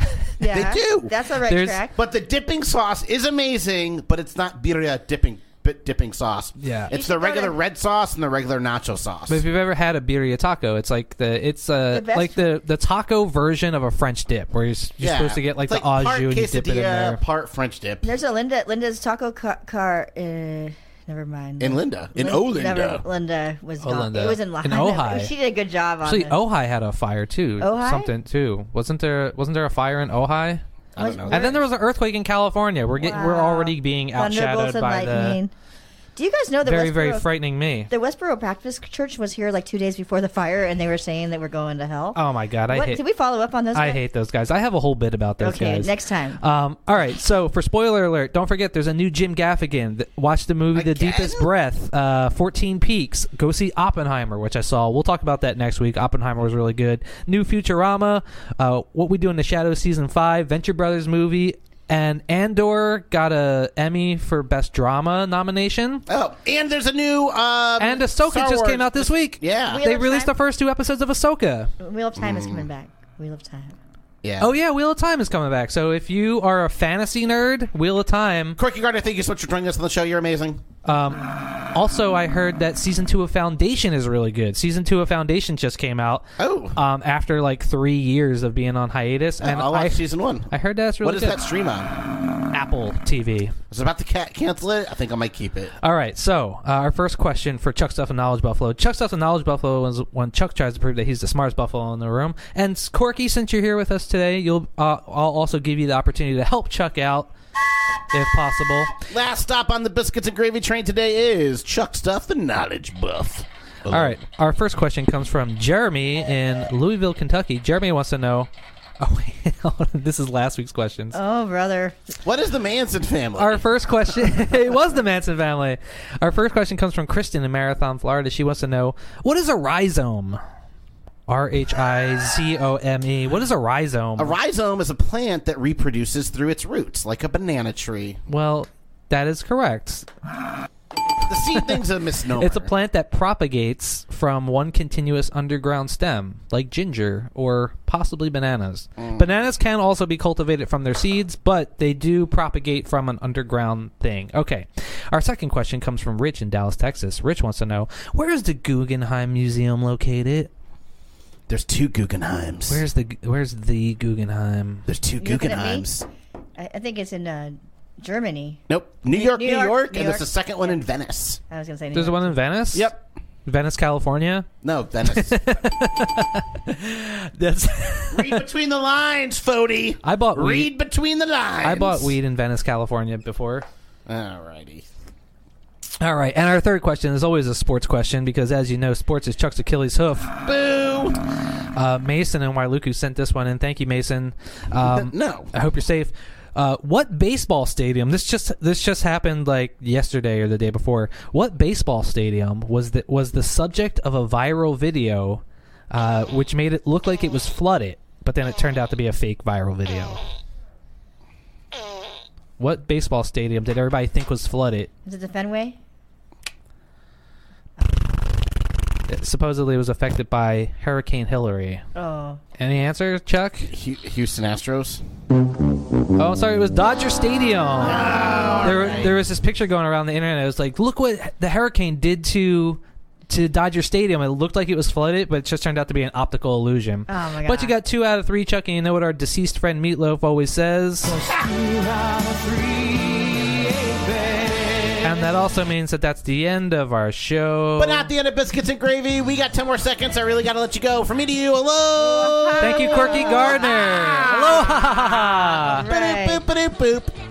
S6: Yeah.
S4: they do.
S6: That's the right
S3: There's-
S6: track.
S4: But the dipping sauce is amazing, but it's not birria dipping bi- dipping sauce.
S3: Yeah.
S4: it's
S6: You
S4: the
S6: should go
S4: regular
S6: to-
S4: red sauce and the regular nacho sauce.
S3: but if you've ever had a birria taco, it's like the it's uh
S6: The best-
S3: like the the taco version of a French dip, where you're, s- you're supposed to get like,
S4: It's
S3: the au
S4: part
S3: jus and you dip it in
S4: quesadilla,
S3: there.
S4: Part French dip.
S6: There's a Linda Linda's taco car. car uh, never mind.
S4: In Linda, in
S6: Lin-
S4: Olinda.
S6: never- Linda was
S3: Oh,
S6: not.
S3: Linda.
S6: It was in
S3: In
S6: Lahaina.
S3: Ojai.
S6: She did a good job on
S3: Actually, oh,
S6: this.
S3: Ojai had a fire too.
S6: Ojai?
S3: Something too. Wasn't there? Wasn't there a fire in Ojai?
S4: I don't know.
S3: And then there was an earthquake in California. We're getting we're
S6: Wow.
S3: already being outshadowed
S6: Thunderbolts and
S3: by the
S6: lightning. Do you guys know that
S3: very very
S6: Westboro-
S3: frightening me.
S6: The Westboro Baptist Church was here like two days before the fire, and they were saying that we're going to hell.
S3: Oh my god, I
S6: what,
S3: hate.
S6: did we follow up on those?
S3: I
S6: guys?
S3: hate those guys. I have a whole bit about those
S6: Okay,
S3: guys.
S6: next time.
S3: Um, all right. So for spoiler alert, don't forget there's a new Jim Gaffigan. Th- Watch the movie The
S4: Again?
S3: Deepest Breath, uh, 14 Peaks. Go see Oppenheimer, which I saw. We'll talk about that next week. Oppenheimer was really good. New Futurama, uh, What We Do in the Shadows season five, Venture Brothers movie, and Andor got a Emmy for best drama nomination.
S4: Oh, and there's a new um,
S3: And Ahsoka
S4: Star
S3: just
S4: Wars-
S3: came out this week.
S4: Yeah,
S6: Wheel
S3: They
S6: of
S3: released
S6: Time?
S3: the first two episodes of Ahsoka.
S6: Wheel of Time is coming back. Wheel of Time.
S4: yeah.
S3: Oh yeah, Wheel of Time is coming back. So if you are a fantasy nerd, Wheel of Time
S4: Corky Gardner, thank you so much for joining us on the show. You're amazing.
S3: Also, I heard that season two of Foundation is really good. Season two of Foundation just came out.
S4: Oh.
S3: um, after like three years of being on hiatus, and
S4: I'll watch
S3: I,
S4: Oh, season one.
S3: I heard that's really
S4: what is
S3: good.
S4: that stream on? I
S3: Apple TV.
S4: was about to ca- cancel it. I think I might keep it.
S3: All right, so uh, our first question for Chuck Stuff and Knowledge Buffalo. Chuck Stuff and Knowledge Buffalo was when Chuck tries to prove that he's the smartest buffalo in the room. And Corky, since you're here with us today, you'll uh, I'll also give you the opportunity to help Chuck out if possible.
S4: Last stop on the biscuits and gravy train today is Chuck Stuff, the knowledge buff.
S3: All right. Our first question comes from Jeremy in Louisville, Kentucky. Jeremy wants to know. Oh, wait, hold on, this is last week's questions.
S6: Oh, brother.
S4: What is the Manson family?
S3: Our first question. it was the Manson family. Our first question comes from Kristen in Marathon, Florida. She wants to know what is a rhizome. R H I Z O M E. What is a rhizome?
S4: a rhizome is a plant that reproduces through its roots, like a banana tree.
S3: well, that is correct.
S4: The seed thing's a misnomer.
S3: It's a plant that propagates from one continuous underground stem, like ginger or possibly bananas. Bananas can also be cultivated from their seeds, but they do propagate from an underground thing. Okay. Our second question comes from Rich in Dallas, Texas. Rich wants to know where is the Guggenheim Museum located?
S4: There's two Guggenheims.
S3: Where's the Where's the Guggenheim?
S4: There's two
S6: You looking at me?
S4: Guggenheims.
S6: I, I think it's in uh, Germany.
S4: Nope. New York, New,
S6: New York,
S4: York,
S6: New
S4: and there's
S6: York.
S4: a second one in Venice.
S6: I was gonna say. New
S3: There's
S6: York.
S3: one in Venice.
S4: Yep.
S3: Venice, California.
S4: No, Venice.
S3: That's.
S4: Read between the lines, Fody.
S3: I bought weed.
S4: Read between the lines.
S3: I bought weed in Venice, California before.
S4: Alrighty.
S3: All right, and our third question is always a sports question because, as you know, sports is Chuck's Achilles' hoof.
S4: Boo.
S3: Uh, Mason and Wailuku sent this one, and thank you, Mason. Um,
S4: no.
S3: I hope you're safe. Uh, what baseball stadium? This just this just happened like yesterday or the day before. What baseball stadium was the was the subject of a viral video, uh, which made it look like it was flooded, but then it turned out to be a fake viral video. What baseball stadium did everybody think was flooded?
S6: Is it the Fenway?
S3: It supposedly was affected by Hurricane Hillary.
S6: Oh,
S3: Any answer, Chuck?
S4: Hu- Houston Astros.
S3: Oh, sorry, it was Dodger
S6: Oh,
S3: Stadium. there, there was this picture going around the internet. It was like, look what the hurricane did to to Dodger Stadium. It looked like it was flooded, but it just turned out to be an optical illusion.
S6: Oh, my
S3: But you
S6: God.
S3: got two out of three, Chuck, and you know what our deceased friend Meatloaf always says. And that also means that that's the end of our show.
S4: But not the end of biscuits and gravy. We got ten more seconds. I really gotta let you go. From me to you. Hello.
S3: Thank you, Quirky Gardner. Aloha.
S6: right.
S4: Boop, boop, boop, boop.